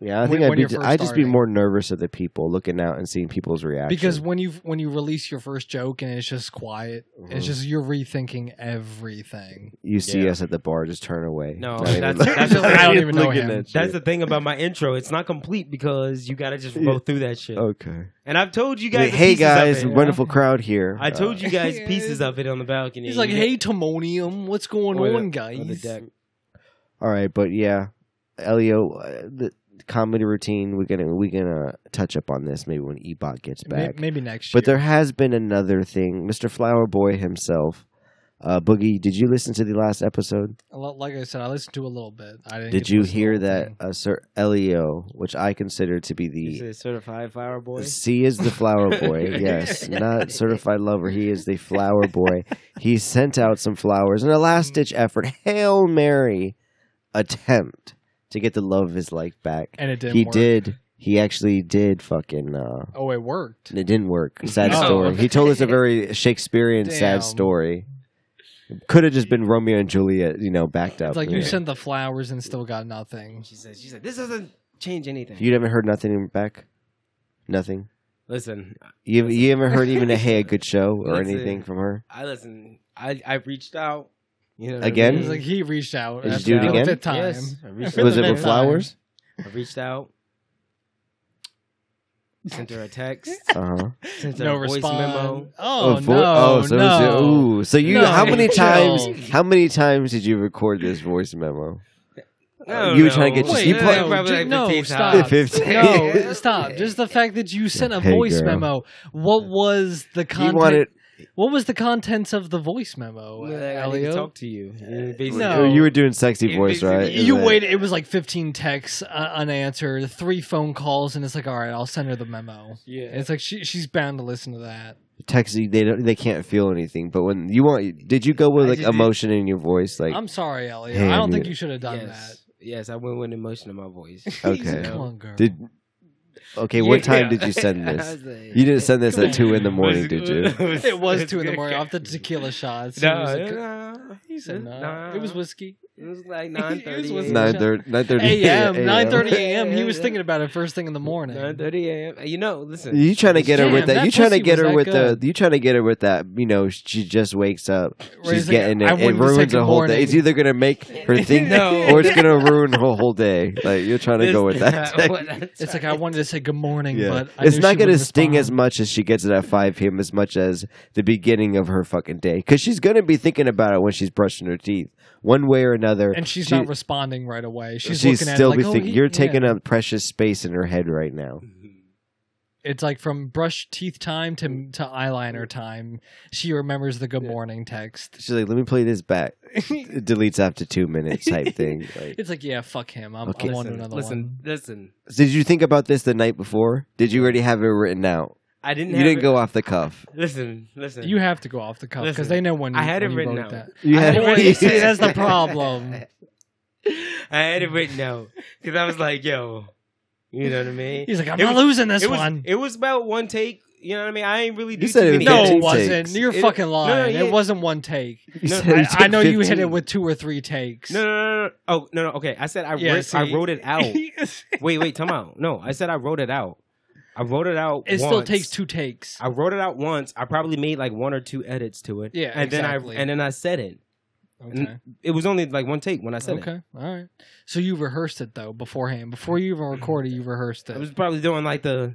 [SPEAKER 1] Yeah, I
[SPEAKER 4] When-
[SPEAKER 1] think
[SPEAKER 4] when
[SPEAKER 1] I'd be.
[SPEAKER 4] you're first
[SPEAKER 1] I'd just be
[SPEAKER 4] starting.
[SPEAKER 1] more nervous of the people looking out and seeing people's reactions.
[SPEAKER 4] because when you when you release your first joke and it's just quiet,
[SPEAKER 1] Mhm.
[SPEAKER 5] Mm.
[SPEAKER 4] it's just you're rethinking everything.
[SPEAKER 1] you see
[SPEAKER 5] Yeah.
[SPEAKER 1] us at the bar, just turn away.
[SPEAKER 5] No,
[SPEAKER 1] Not even
[SPEAKER 5] that's-
[SPEAKER 1] look-
[SPEAKER 5] that's just- I
[SPEAKER 4] don't even know
[SPEAKER 1] look at
[SPEAKER 4] him.
[SPEAKER 1] that shit.
[SPEAKER 5] That's the thing about my intro. It's not complete because you gotta just
[SPEAKER 1] Yeah.
[SPEAKER 5] go through that shit.
[SPEAKER 1] okay.
[SPEAKER 5] And I've told you guys. the
[SPEAKER 1] hey
[SPEAKER 5] pieces of
[SPEAKER 1] guys,
[SPEAKER 5] it.
[SPEAKER 1] wonderful crowd here.
[SPEAKER 5] I told
[SPEAKER 1] Uh,
[SPEAKER 5] you guys
[SPEAKER 4] Yeah.
[SPEAKER 5] pieces of it on the balcony.
[SPEAKER 4] He's like,
[SPEAKER 5] You
[SPEAKER 4] "Hey, Timonium, what's going
[SPEAKER 5] Or the-
[SPEAKER 4] on,
[SPEAKER 5] know, on the
[SPEAKER 4] guys?"
[SPEAKER 5] deck.
[SPEAKER 1] All right, but yeah, Elio, uh, the comedy routine. We're gonna we're gonna touch up on this maybe when Ebot gets
[SPEAKER 4] May-
[SPEAKER 1] back.
[SPEAKER 4] Maybe next year.
[SPEAKER 1] But there has been another thing, Mr. Flower Boy himself. Uh, Boogie, did you listen to the last episode?
[SPEAKER 4] A lot- like I said, I listened to a little bit. I didn't get
[SPEAKER 1] Did
[SPEAKER 4] to
[SPEAKER 1] you
[SPEAKER 4] listen to the
[SPEAKER 1] hear
[SPEAKER 4] whole
[SPEAKER 1] that
[SPEAKER 4] thing.
[SPEAKER 1] uh, Sir Elio, which I consider to be
[SPEAKER 5] Is
[SPEAKER 1] the
[SPEAKER 5] it certified flower boy?
[SPEAKER 1] C is the flower boy, yes, not certified lover. He is the flower boy. He sent out some flowers, in a last ditch effort, hail mary attempt to get the love of his life back.
[SPEAKER 4] And it didn't.
[SPEAKER 1] he
[SPEAKER 4] work.
[SPEAKER 1] did. He actually did fucking. Uh,
[SPEAKER 4] Oh, it worked.
[SPEAKER 1] it didn't work. Sad
[SPEAKER 4] Oh,
[SPEAKER 1] story.
[SPEAKER 4] okay.
[SPEAKER 1] He told us a very Shakespearean
[SPEAKER 4] Damn.
[SPEAKER 1] sad story. Could have just been Romeo and Juliet, you know, backed up.
[SPEAKER 4] It's like you
[SPEAKER 1] know.
[SPEAKER 4] sent the flowers and still got nothing.
[SPEAKER 5] She said, she said, this doesn't change anything.
[SPEAKER 1] You'd haven't heard nothing back. Nothing.
[SPEAKER 5] listen,
[SPEAKER 1] You you haven't heard even a hey a good show or
[SPEAKER 5] Listen.
[SPEAKER 1] anything from her.
[SPEAKER 5] I listen. I I reached out. You know what
[SPEAKER 1] Again?
[SPEAKER 5] I
[SPEAKER 4] It's
[SPEAKER 5] mean?
[SPEAKER 4] like he reached out.
[SPEAKER 1] Did you
[SPEAKER 4] after
[SPEAKER 1] do it
[SPEAKER 4] the
[SPEAKER 1] again?
[SPEAKER 4] fifth time.
[SPEAKER 5] Yes, I reached
[SPEAKER 4] For
[SPEAKER 1] Was
[SPEAKER 4] the
[SPEAKER 1] it with
[SPEAKER 4] next time.
[SPEAKER 1] flowers?
[SPEAKER 5] I reached out. Sent her a text.
[SPEAKER 1] Uh huh.
[SPEAKER 5] Sent her
[SPEAKER 4] No
[SPEAKER 5] a voice
[SPEAKER 4] response.
[SPEAKER 5] memo.
[SPEAKER 4] Oh,
[SPEAKER 1] vo-
[SPEAKER 4] no!
[SPEAKER 1] oh, so it was-
[SPEAKER 4] no.
[SPEAKER 1] ooh, so you
[SPEAKER 4] No,
[SPEAKER 1] how many
[SPEAKER 4] chill.
[SPEAKER 1] times? How many times did you record this voice memo?
[SPEAKER 5] I don't
[SPEAKER 1] You were trying to
[SPEAKER 5] know.
[SPEAKER 1] get your
[SPEAKER 4] Wait,
[SPEAKER 1] you
[SPEAKER 4] no,
[SPEAKER 1] play-
[SPEAKER 4] ju-
[SPEAKER 5] Probably like
[SPEAKER 4] no,
[SPEAKER 5] 15
[SPEAKER 4] stop.
[SPEAKER 5] times.
[SPEAKER 1] Fifteen.
[SPEAKER 4] Uh, No, stop. Just the fact that you sent a
[SPEAKER 1] Hey,
[SPEAKER 4] voice
[SPEAKER 1] girl.
[SPEAKER 4] memo. What was the
[SPEAKER 1] You
[SPEAKER 4] content?
[SPEAKER 1] wanted
[SPEAKER 4] What was the contents of the voice memo,
[SPEAKER 5] Like, I need to
[SPEAKER 4] Elio?
[SPEAKER 5] talk to you. And basically-
[SPEAKER 4] No.
[SPEAKER 1] you were doing sexy
[SPEAKER 5] It
[SPEAKER 1] voice,
[SPEAKER 5] basically-
[SPEAKER 1] right?
[SPEAKER 4] You
[SPEAKER 1] Is that-
[SPEAKER 4] waited. It was like 15 texts uh, unanswered, three phone calls, and it's like, all right, I'll send her the memo. And
[SPEAKER 5] Yeah.
[SPEAKER 4] It's like she she's bound to listen to that.
[SPEAKER 1] Text you, they don't they can't feel anything, but when you want, did you go with
[SPEAKER 5] I
[SPEAKER 1] like
[SPEAKER 5] just did.
[SPEAKER 1] emotion in your voice? Like
[SPEAKER 4] I'm sorry, Elliot.
[SPEAKER 1] Hey,
[SPEAKER 4] I
[SPEAKER 1] I'm
[SPEAKER 4] don't think
[SPEAKER 1] here.
[SPEAKER 4] you should have done
[SPEAKER 5] Yes. Yes, I went with emotion in my voice.
[SPEAKER 4] that.
[SPEAKER 1] Okay.
[SPEAKER 4] He's like, Come on, girl.
[SPEAKER 1] did okay? What
[SPEAKER 5] Yeah.
[SPEAKER 1] time did you send
[SPEAKER 5] I
[SPEAKER 1] this?
[SPEAKER 5] was like-
[SPEAKER 1] You didn't send this
[SPEAKER 4] Come
[SPEAKER 1] at
[SPEAKER 4] on.
[SPEAKER 1] two in the morning, did you?
[SPEAKER 4] it was two in the morning off the tequila shots.
[SPEAKER 5] No,
[SPEAKER 4] It was like-
[SPEAKER 5] no,
[SPEAKER 4] he said no.
[SPEAKER 5] nah.
[SPEAKER 4] It was whiskey.
[SPEAKER 5] It was like nine
[SPEAKER 4] It was
[SPEAKER 5] thirty.
[SPEAKER 1] Nine thirty. Nine thirty
[SPEAKER 4] A.M.
[SPEAKER 1] a.m.
[SPEAKER 4] 9:30 a.m. He
[SPEAKER 5] Yeah,
[SPEAKER 4] was
[SPEAKER 5] yeah.
[SPEAKER 4] thinking about it first thing in the morning.
[SPEAKER 5] Nine thirty a.m. You know, listen.
[SPEAKER 1] You trying to get her with
[SPEAKER 4] Damn,
[SPEAKER 1] that? You
[SPEAKER 4] that
[SPEAKER 1] trying to
[SPEAKER 4] pussy
[SPEAKER 1] get
[SPEAKER 4] was
[SPEAKER 1] her
[SPEAKER 4] that
[SPEAKER 1] with
[SPEAKER 4] good.
[SPEAKER 1] the? You trying to get her with that? You know, she just wakes up.
[SPEAKER 4] Right,
[SPEAKER 1] She's
[SPEAKER 4] it's like,
[SPEAKER 1] getting
[SPEAKER 4] I
[SPEAKER 1] it. It
[SPEAKER 4] wouldn't have
[SPEAKER 1] ruins
[SPEAKER 4] said
[SPEAKER 1] her
[SPEAKER 4] good
[SPEAKER 1] whole day.
[SPEAKER 4] morning.
[SPEAKER 1] It's either gonna make her think,
[SPEAKER 5] No.
[SPEAKER 1] or it's gonna ruin her whole day. Like you're trying to go with that.
[SPEAKER 4] It's like I wanted to say good morning,
[SPEAKER 1] Yeah.
[SPEAKER 4] but I
[SPEAKER 1] it's
[SPEAKER 4] knew she
[SPEAKER 1] not going to
[SPEAKER 4] wouldn't
[SPEAKER 1] sting as
[SPEAKER 4] respond.
[SPEAKER 1] much as she gets it at 5 p.m. as much as the beginning of her fucking day. Because she's going to be thinking about it when she's brushing her teeth, one way or another.
[SPEAKER 4] And she's
[SPEAKER 1] She-
[SPEAKER 4] not responding right away. She's,
[SPEAKER 1] she's
[SPEAKER 4] looking
[SPEAKER 1] still
[SPEAKER 4] at it
[SPEAKER 1] be
[SPEAKER 4] like, oh,
[SPEAKER 1] thinking,
[SPEAKER 4] he-
[SPEAKER 1] you're
[SPEAKER 4] yeah."
[SPEAKER 1] taking up precious space in her head right now.
[SPEAKER 4] It's like from brush teeth time to to eyeliner time. She remembers the good morning text.
[SPEAKER 1] She's like, let me play this back. It deletes after two minutes type thing. Like,
[SPEAKER 4] It's like, yeah, fuck him. I'm,
[SPEAKER 1] Okay.
[SPEAKER 4] I'm on to
[SPEAKER 5] Listen,
[SPEAKER 4] another
[SPEAKER 5] listen,
[SPEAKER 4] one.
[SPEAKER 5] listen.
[SPEAKER 1] did you think about this the night before? Did you already have it written out?
[SPEAKER 5] I didn't.
[SPEAKER 1] You
[SPEAKER 5] have
[SPEAKER 1] didn't
[SPEAKER 5] it-
[SPEAKER 1] go off the cuff.
[SPEAKER 5] Listen, listen.
[SPEAKER 4] You have to go off the cuff because
[SPEAKER 5] Listen,
[SPEAKER 4] they know when you,
[SPEAKER 5] I had
[SPEAKER 4] when
[SPEAKER 5] it
[SPEAKER 4] you
[SPEAKER 5] written
[SPEAKER 4] wrote
[SPEAKER 5] out.
[SPEAKER 4] that.
[SPEAKER 1] You
[SPEAKER 5] I
[SPEAKER 1] had
[SPEAKER 5] had it written-
[SPEAKER 4] See, that's the problem.
[SPEAKER 5] I had it written out because I was like, yo, you know what I mean.
[SPEAKER 4] He's like, I'm
[SPEAKER 5] It
[SPEAKER 4] not
[SPEAKER 5] was-
[SPEAKER 4] losing this
[SPEAKER 5] it was,
[SPEAKER 4] one.
[SPEAKER 5] It was about one take. You know what I mean? I ain't really. Do
[SPEAKER 1] You said
[SPEAKER 5] too
[SPEAKER 1] it
[SPEAKER 5] many
[SPEAKER 1] was
[SPEAKER 5] takes.
[SPEAKER 4] no,
[SPEAKER 1] 15
[SPEAKER 4] it wasn't.
[SPEAKER 1] takes.
[SPEAKER 4] You're
[SPEAKER 5] It-
[SPEAKER 4] fucking lying.
[SPEAKER 5] yeah.
[SPEAKER 4] It wasn't one take.
[SPEAKER 1] You
[SPEAKER 5] No,
[SPEAKER 1] said you
[SPEAKER 4] I, I
[SPEAKER 1] took
[SPEAKER 4] know you hit
[SPEAKER 1] 15.
[SPEAKER 4] it with two or three takes.
[SPEAKER 5] No, no, no, no, no. Oh, no, no. Okay, I said I
[SPEAKER 4] Yeah,
[SPEAKER 5] wrote. I
[SPEAKER 4] see.
[SPEAKER 5] wrote it out. wait, wait, time out. No, I said I wrote it out. I wrote it out.
[SPEAKER 4] it still
[SPEAKER 5] once.
[SPEAKER 4] takes two takes.
[SPEAKER 5] I wrote it out once. I probably made like one or two edits to it.
[SPEAKER 4] Yeah,
[SPEAKER 5] and
[SPEAKER 4] exactly.
[SPEAKER 5] then I and then I said it.
[SPEAKER 4] Okay.
[SPEAKER 5] It was only like one take when I said it.
[SPEAKER 4] Okay. All right. So you rehearsed it though beforehand. Before you even recorded, you rehearsed
[SPEAKER 5] I
[SPEAKER 4] it.
[SPEAKER 5] was probably doing like the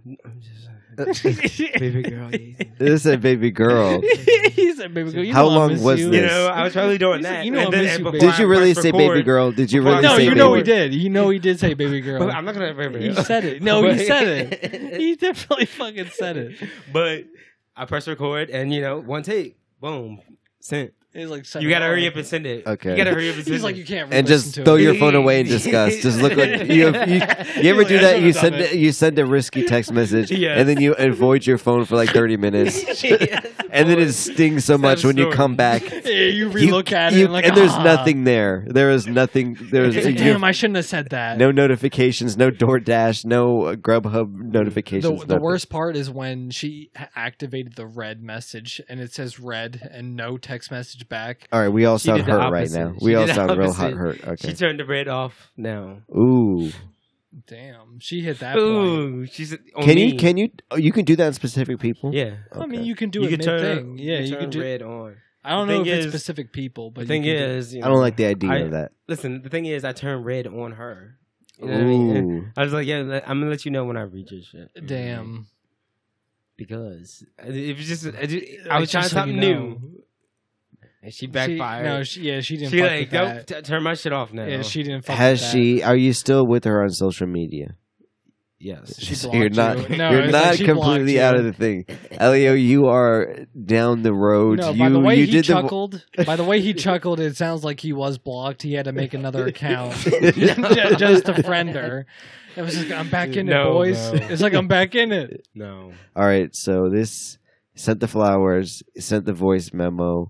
[SPEAKER 5] baby girl. yeah.
[SPEAKER 1] This is a baby girl.
[SPEAKER 4] He said, "Baby girl, you
[SPEAKER 1] Oh, How
[SPEAKER 4] know I
[SPEAKER 1] long
[SPEAKER 4] miss
[SPEAKER 1] was
[SPEAKER 4] you."
[SPEAKER 5] You
[SPEAKER 1] this?
[SPEAKER 5] know, I was probably doing
[SPEAKER 4] You said-
[SPEAKER 5] that.
[SPEAKER 4] you know
[SPEAKER 5] and
[SPEAKER 4] I
[SPEAKER 5] then,
[SPEAKER 4] miss
[SPEAKER 5] and
[SPEAKER 4] you,
[SPEAKER 5] before
[SPEAKER 4] baby.
[SPEAKER 1] Did
[SPEAKER 5] I
[SPEAKER 1] you really
[SPEAKER 5] pressed
[SPEAKER 1] say
[SPEAKER 5] record-
[SPEAKER 1] baby girl? Did you really
[SPEAKER 4] No,
[SPEAKER 1] say
[SPEAKER 4] you
[SPEAKER 1] baby
[SPEAKER 4] know he
[SPEAKER 1] girl?
[SPEAKER 4] did. You know he did say baby girl.
[SPEAKER 5] But I'm not gonna baby
[SPEAKER 4] He
[SPEAKER 5] girl.
[SPEAKER 4] said it. No, he
[SPEAKER 5] But-
[SPEAKER 4] said it. He definitely fucking said it.
[SPEAKER 5] But I press record, and you know, one take, boom, sent.
[SPEAKER 4] He's like,
[SPEAKER 5] You gotta hurry up and send it.
[SPEAKER 1] Okay.
[SPEAKER 5] You gotta hurry up and send
[SPEAKER 4] He's like,
[SPEAKER 5] it.
[SPEAKER 4] you can't.
[SPEAKER 1] and
[SPEAKER 4] re-listen
[SPEAKER 1] just
[SPEAKER 4] to
[SPEAKER 1] throw
[SPEAKER 4] it.
[SPEAKER 1] your phone away in disgust. Just look like you. you you ever
[SPEAKER 4] He's
[SPEAKER 1] do
[SPEAKER 4] like, I
[SPEAKER 1] that? You
[SPEAKER 4] should've done
[SPEAKER 1] send
[SPEAKER 4] it.
[SPEAKER 1] you send a risky text message,
[SPEAKER 5] Yes.
[SPEAKER 1] and then you avoid your phone for like thirty minutes, and then it stings so much when you
[SPEAKER 5] story.
[SPEAKER 1] come back.
[SPEAKER 4] Yeah,
[SPEAKER 1] You-
[SPEAKER 4] you relook at it
[SPEAKER 1] you-
[SPEAKER 4] and like,
[SPEAKER 1] there's
[SPEAKER 4] ah.
[SPEAKER 1] nothing there. There is nothing. There is
[SPEAKER 4] It's like,
[SPEAKER 1] you-
[SPEAKER 4] Damn, I shouldn't have said that.
[SPEAKER 1] no notifications, no DoorDash, no uh, Grubhub notifications.
[SPEAKER 4] the, the
[SPEAKER 1] nothing.
[SPEAKER 4] worst part is when she h- activated the red message and it says red and no text message back.
[SPEAKER 1] All right, we all
[SPEAKER 5] She
[SPEAKER 1] sound
[SPEAKER 5] did the
[SPEAKER 1] hurt right
[SPEAKER 5] opposite.
[SPEAKER 1] now.
[SPEAKER 5] She
[SPEAKER 1] We all
[SPEAKER 5] did the
[SPEAKER 1] sound real
[SPEAKER 5] opposite.
[SPEAKER 1] hot hurt.
[SPEAKER 5] She
[SPEAKER 1] Okay.
[SPEAKER 5] turned the red off now.
[SPEAKER 1] Ooh,
[SPEAKER 4] Damn, she hit that point.
[SPEAKER 5] Ooh, she's on
[SPEAKER 1] Can
[SPEAKER 5] me.
[SPEAKER 1] you can you oh, you can do that in specific people?
[SPEAKER 5] yeah.
[SPEAKER 4] I mean,
[SPEAKER 1] Okay.
[SPEAKER 4] you can do
[SPEAKER 5] You
[SPEAKER 4] it
[SPEAKER 5] could
[SPEAKER 4] mid
[SPEAKER 5] turn-
[SPEAKER 4] thing. Yeah, you
[SPEAKER 5] turn
[SPEAKER 4] can do.
[SPEAKER 5] red on.
[SPEAKER 4] I don't
[SPEAKER 5] The
[SPEAKER 4] know if
[SPEAKER 5] thing
[SPEAKER 4] it's
[SPEAKER 5] is-
[SPEAKER 4] specific people, but
[SPEAKER 5] The
[SPEAKER 4] you
[SPEAKER 5] thing
[SPEAKER 4] can do it.
[SPEAKER 5] is, you
[SPEAKER 1] I don't
[SPEAKER 5] know,
[SPEAKER 1] like the idea
[SPEAKER 5] I-
[SPEAKER 1] of that.
[SPEAKER 5] Listen, the thing is, I turned red on her. You know what I mean?
[SPEAKER 1] Ooh.
[SPEAKER 5] I was like, yeah, let- I'm gonna let you know when I read your shit.
[SPEAKER 4] damn.
[SPEAKER 5] because it was just I, ju- I
[SPEAKER 4] Like,
[SPEAKER 5] was trying
[SPEAKER 4] just so
[SPEAKER 5] something
[SPEAKER 4] you know.
[SPEAKER 5] new, and she
[SPEAKER 4] She-
[SPEAKER 5] backfired.
[SPEAKER 4] no, she, yeah,
[SPEAKER 5] she,
[SPEAKER 4] she didn't. fuck
[SPEAKER 5] like,
[SPEAKER 4] with
[SPEAKER 5] nope,
[SPEAKER 4] that.
[SPEAKER 5] t- turn my shit off now.
[SPEAKER 4] Yeah, she didn't. Fuck
[SPEAKER 1] Has
[SPEAKER 4] with
[SPEAKER 1] she? Are you still with her on social media?
[SPEAKER 5] yes,
[SPEAKER 4] That. She
[SPEAKER 1] So
[SPEAKER 4] blocked
[SPEAKER 1] you're not.
[SPEAKER 4] You. No,
[SPEAKER 1] you're
[SPEAKER 4] it's
[SPEAKER 1] not
[SPEAKER 4] like she blocked
[SPEAKER 1] completely
[SPEAKER 4] you.
[SPEAKER 1] out of the thing, Elio. You are down the road.
[SPEAKER 4] No,
[SPEAKER 1] you
[SPEAKER 4] by the way
[SPEAKER 1] you
[SPEAKER 4] he
[SPEAKER 1] did
[SPEAKER 4] chuckled. by the way he chuckled, it sounds like he was blocked. He had to make another account
[SPEAKER 1] the.
[SPEAKER 4] ju- just to friend her. It was just, I'm back in it,
[SPEAKER 5] No,
[SPEAKER 4] boys.
[SPEAKER 5] no.
[SPEAKER 4] It's like I'm back in it.
[SPEAKER 5] no.
[SPEAKER 1] All right, so this sent the flowers, sent the voice memo.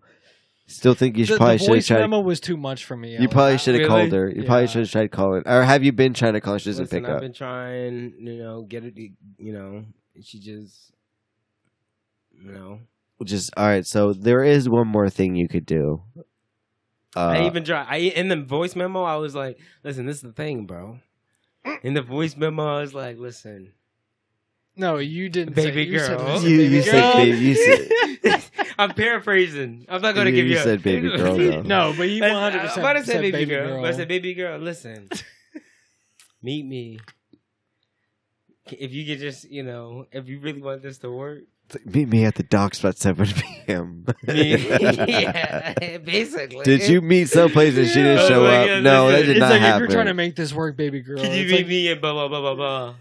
[SPEAKER 1] Still think you should
[SPEAKER 4] The,
[SPEAKER 1] probably
[SPEAKER 4] the
[SPEAKER 1] should have
[SPEAKER 4] voice
[SPEAKER 1] tried.
[SPEAKER 4] memo was too much for me.
[SPEAKER 1] you
[SPEAKER 4] Ellen.
[SPEAKER 1] probably should have
[SPEAKER 5] Really?
[SPEAKER 1] called her. You probably
[SPEAKER 4] Yeah.
[SPEAKER 1] should have tried calling. Or have you been trying to call? her? She doesn't
[SPEAKER 5] Listen,
[SPEAKER 1] pick
[SPEAKER 5] I've
[SPEAKER 1] up.
[SPEAKER 5] been trying, you know, get it, you know, and she just, you know,
[SPEAKER 1] Just all right. So there is one more thing you could do.
[SPEAKER 5] I
[SPEAKER 1] Uh,
[SPEAKER 5] even try. I in the voice memo, I was like, listen, this is the thing, bro. In the voice memo, I was like, listen,
[SPEAKER 4] No, you didn't.
[SPEAKER 5] Baby
[SPEAKER 4] say, you said
[SPEAKER 5] girl.
[SPEAKER 4] Mr.
[SPEAKER 1] you,
[SPEAKER 4] baby
[SPEAKER 1] you said,
[SPEAKER 4] girl.
[SPEAKER 1] babe, you said,
[SPEAKER 5] I'm paraphrasing. I'm not gonna
[SPEAKER 1] You-
[SPEAKER 5] give
[SPEAKER 1] you
[SPEAKER 5] you.
[SPEAKER 1] said baby girl, though.
[SPEAKER 4] No, but he
[SPEAKER 5] That's-
[SPEAKER 4] 100
[SPEAKER 5] I'm
[SPEAKER 4] percent
[SPEAKER 5] about to say baby, girl. But I said, baby girl, listen. meet me. If you could just, you know, if you really want this to work.
[SPEAKER 1] Meet me at the docks about 7 p.m.
[SPEAKER 5] yeah, basically.
[SPEAKER 1] Did you meet someplace and she didn't
[SPEAKER 5] Yeah.
[SPEAKER 1] show
[SPEAKER 5] Oh my
[SPEAKER 1] up?
[SPEAKER 5] God,
[SPEAKER 1] no, that
[SPEAKER 5] listen,
[SPEAKER 1] did
[SPEAKER 4] it's
[SPEAKER 1] not
[SPEAKER 4] like
[SPEAKER 1] happen.
[SPEAKER 4] if you're trying to make this work, baby girl.
[SPEAKER 5] Could you
[SPEAKER 4] it's
[SPEAKER 5] meet
[SPEAKER 4] like,
[SPEAKER 5] me and blah, blah, blah, blah, blah?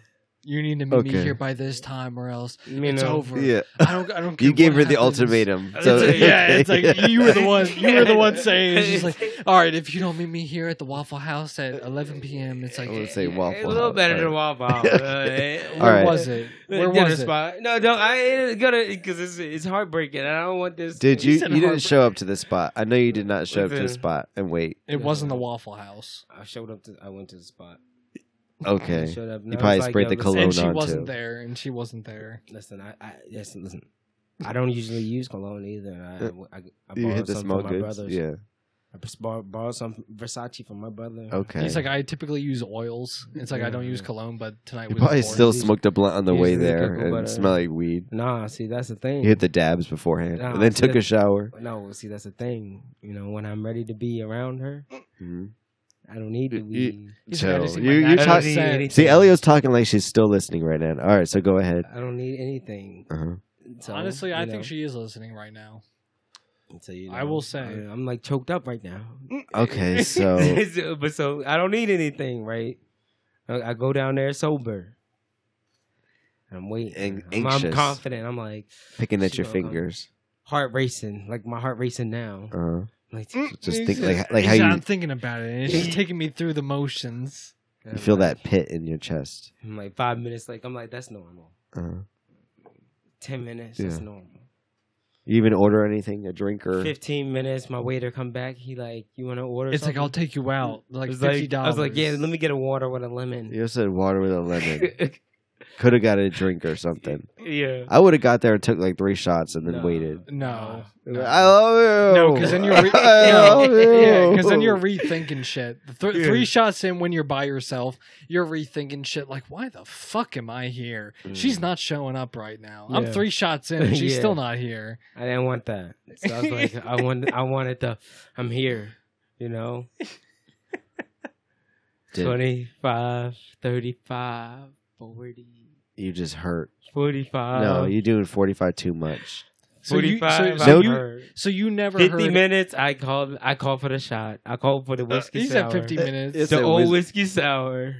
[SPEAKER 4] you need to meet
[SPEAKER 1] Okay.
[SPEAKER 4] me here by this time, or else
[SPEAKER 5] You
[SPEAKER 4] it's
[SPEAKER 5] know.
[SPEAKER 4] over.
[SPEAKER 1] yeah,
[SPEAKER 4] I don't. I don't. Care
[SPEAKER 1] you gave
[SPEAKER 4] what
[SPEAKER 1] her the
[SPEAKER 4] happens.
[SPEAKER 1] ultimatum.
[SPEAKER 5] It's
[SPEAKER 1] So
[SPEAKER 5] like-
[SPEAKER 4] yeah, it's like you were the one. You were the one saying. It's just like, all right, if you don't meet me here at the Waffle House at 11 p.m., it's like,
[SPEAKER 1] I would say waffle.
[SPEAKER 5] a little
[SPEAKER 1] House,
[SPEAKER 5] better
[SPEAKER 1] all
[SPEAKER 5] than
[SPEAKER 1] right.
[SPEAKER 5] Waffle House. eh?
[SPEAKER 1] All
[SPEAKER 4] where
[SPEAKER 1] right.
[SPEAKER 4] was it? Where
[SPEAKER 5] Dinner
[SPEAKER 4] was it?
[SPEAKER 5] spot. No, no, I ain't gonna because it's it's heartbreaking. and I don't want this.
[SPEAKER 1] Did you? You
[SPEAKER 4] said
[SPEAKER 1] didn't
[SPEAKER 4] Harvard.
[SPEAKER 1] show up to the spot. I know you did not show up to the
[SPEAKER 5] Listen.
[SPEAKER 1] spot. And wait,
[SPEAKER 4] It wasn't the Waffle House,
[SPEAKER 5] I showed up. To, I went to the spot. I
[SPEAKER 1] okay.
[SPEAKER 5] showed up. and
[SPEAKER 1] You
[SPEAKER 5] I was
[SPEAKER 1] probably
[SPEAKER 5] like,
[SPEAKER 1] sprayed
[SPEAKER 5] yo,
[SPEAKER 1] the
[SPEAKER 5] listen,
[SPEAKER 1] cologne
[SPEAKER 4] and she
[SPEAKER 1] on
[SPEAKER 4] wasn't
[SPEAKER 1] too.
[SPEAKER 4] there, and she wasn't there.
[SPEAKER 5] Listen, I, I listen, listen. I don't usually use cologne either. and I, I, I
[SPEAKER 1] You hit the
[SPEAKER 5] borrowed some from
[SPEAKER 1] small
[SPEAKER 5] my
[SPEAKER 1] goods.
[SPEAKER 5] brother.
[SPEAKER 1] Yeah.
[SPEAKER 5] I just bor- borrowed some Versace from my brother.
[SPEAKER 1] Okay.
[SPEAKER 4] He's like, I typically use oils. It's like I don't use cologne, but tonight
[SPEAKER 1] you
[SPEAKER 4] we were
[SPEAKER 1] probably
[SPEAKER 4] bored.
[SPEAKER 1] still smoked a blunt on the
[SPEAKER 5] He's
[SPEAKER 1] way
[SPEAKER 5] the
[SPEAKER 1] there
[SPEAKER 5] cocoa
[SPEAKER 1] and
[SPEAKER 5] butter.
[SPEAKER 1] smelled like weed.
[SPEAKER 5] Nah, see that's the thing.
[SPEAKER 1] You hit the dabs beforehand
[SPEAKER 5] Nah,
[SPEAKER 1] and then
[SPEAKER 5] it's
[SPEAKER 1] took a
[SPEAKER 5] good.
[SPEAKER 1] shower.
[SPEAKER 5] no, see that's the thing. You know, when I'm ready to be around her,
[SPEAKER 1] Mhm.
[SPEAKER 5] I don't need to
[SPEAKER 1] You- you-
[SPEAKER 5] be.
[SPEAKER 4] He's like, I
[SPEAKER 1] So
[SPEAKER 4] just eat
[SPEAKER 1] you-
[SPEAKER 4] my
[SPEAKER 1] you're
[SPEAKER 4] natural
[SPEAKER 5] talking-
[SPEAKER 4] scent.
[SPEAKER 1] See, Elio's talking like she's still listening right now. All right, so go ahead.
[SPEAKER 5] I don't need anything.
[SPEAKER 1] Uh-huh.
[SPEAKER 5] So,
[SPEAKER 4] Honestly, I
[SPEAKER 5] you know,
[SPEAKER 4] think she is listening right now.
[SPEAKER 5] so, you
[SPEAKER 4] I
[SPEAKER 5] know,
[SPEAKER 4] will say.
[SPEAKER 5] I- I'm like choked up right now.
[SPEAKER 1] Okay, so
[SPEAKER 5] So- uh, but so I don't need anything, right? I, I go down there sober. I'm waiting.
[SPEAKER 1] An-
[SPEAKER 5] I'm, I'm
[SPEAKER 1] anxious.
[SPEAKER 5] confident. I'm like
[SPEAKER 1] picking at
[SPEAKER 5] She
[SPEAKER 1] your
[SPEAKER 5] broke up.
[SPEAKER 1] fingers.
[SPEAKER 5] heart racing, like my heart racing now.
[SPEAKER 1] Uh-huh.
[SPEAKER 5] Like
[SPEAKER 1] Just think
[SPEAKER 4] He's
[SPEAKER 1] like like how
[SPEAKER 4] he's-
[SPEAKER 1] you,
[SPEAKER 4] I'm thinking about it. and It's just taking me through the motions.
[SPEAKER 1] you feel that pit in your chest.
[SPEAKER 5] I'm like five minutes, like I'm like that's normal.
[SPEAKER 1] Uh-huh.
[SPEAKER 5] Ten minutes,
[SPEAKER 1] Yeah.
[SPEAKER 5] that's normal.
[SPEAKER 1] You even order anything, a drink or
[SPEAKER 5] Fifteen minutes, my waiter come back. He like, you want to order?
[SPEAKER 4] It's like I'll
[SPEAKER 5] something?"
[SPEAKER 4] take you out, like
[SPEAKER 5] It was
[SPEAKER 4] fifty dollars.
[SPEAKER 5] I was like, yeah, let me get a water with a lemon.
[SPEAKER 1] You also said water with a lemon. Could have got a drink or something.
[SPEAKER 5] yeah.
[SPEAKER 1] I would have got there and took like three shots and then
[SPEAKER 5] No.
[SPEAKER 1] waited.
[SPEAKER 4] No,
[SPEAKER 1] I love you.
[SPEAKER 4] No, 'cause then you're re-
[SPEAKER 1] I love you.
[SPEAKER 4] yeah, because then you're rethinking shit. Th-
[SPEAKER 5] Yeah.
[SPEAKER 4] Three shots in when you're by yourself, you're rethinking shit. Like, why the fuck am I here? She's not showing up right now. I'm
[SPEAKER 5] Mm. Yeah.
[SPEAKER 4] three shots in, and she's
[SPEAKER 5] Yeah.
[SPEAKER 4] still not here.
[SPEAKER 5] I didn't want that. So I was like, I want, I wanted the, I'm here, you know,
[SPEAKER 1] Did-
[SPEAKER 5] 25, 35, 40,
[SPEAKER 1] you just hurt.
[SPEAKER 5] 45.
[SPEAKER 4] Um,
[SPEAKER 1] no, you're doing 45 too much.
[SPEAKER 4] So you, so,
[SPEAKER 5] 45,
[SPEAKER 4] so
[SPEAKER 1] No-
[SPEAKER 5] I
[SPEAKER 4] you,
[SPEAKER 5] heard.
[SPEAKER 4] so you never
[SPEAKER 5] 50
[SPEAKER 4] heard.
[SPEAKER 5] minutes, I called, I called for the shot. I called for the whiskey
[SPEAKER 4] He's
[SPEAKER 5] sour.
[SPEAKER 4] at fifty minutes.
[SPEAKER 1] It's-
[SPEAKER 5] The
[SPEAKER 1] So
[SPEAKER 5] old
[SPEAKER 1] whis-
[SPEAKER 5] whiskey sour.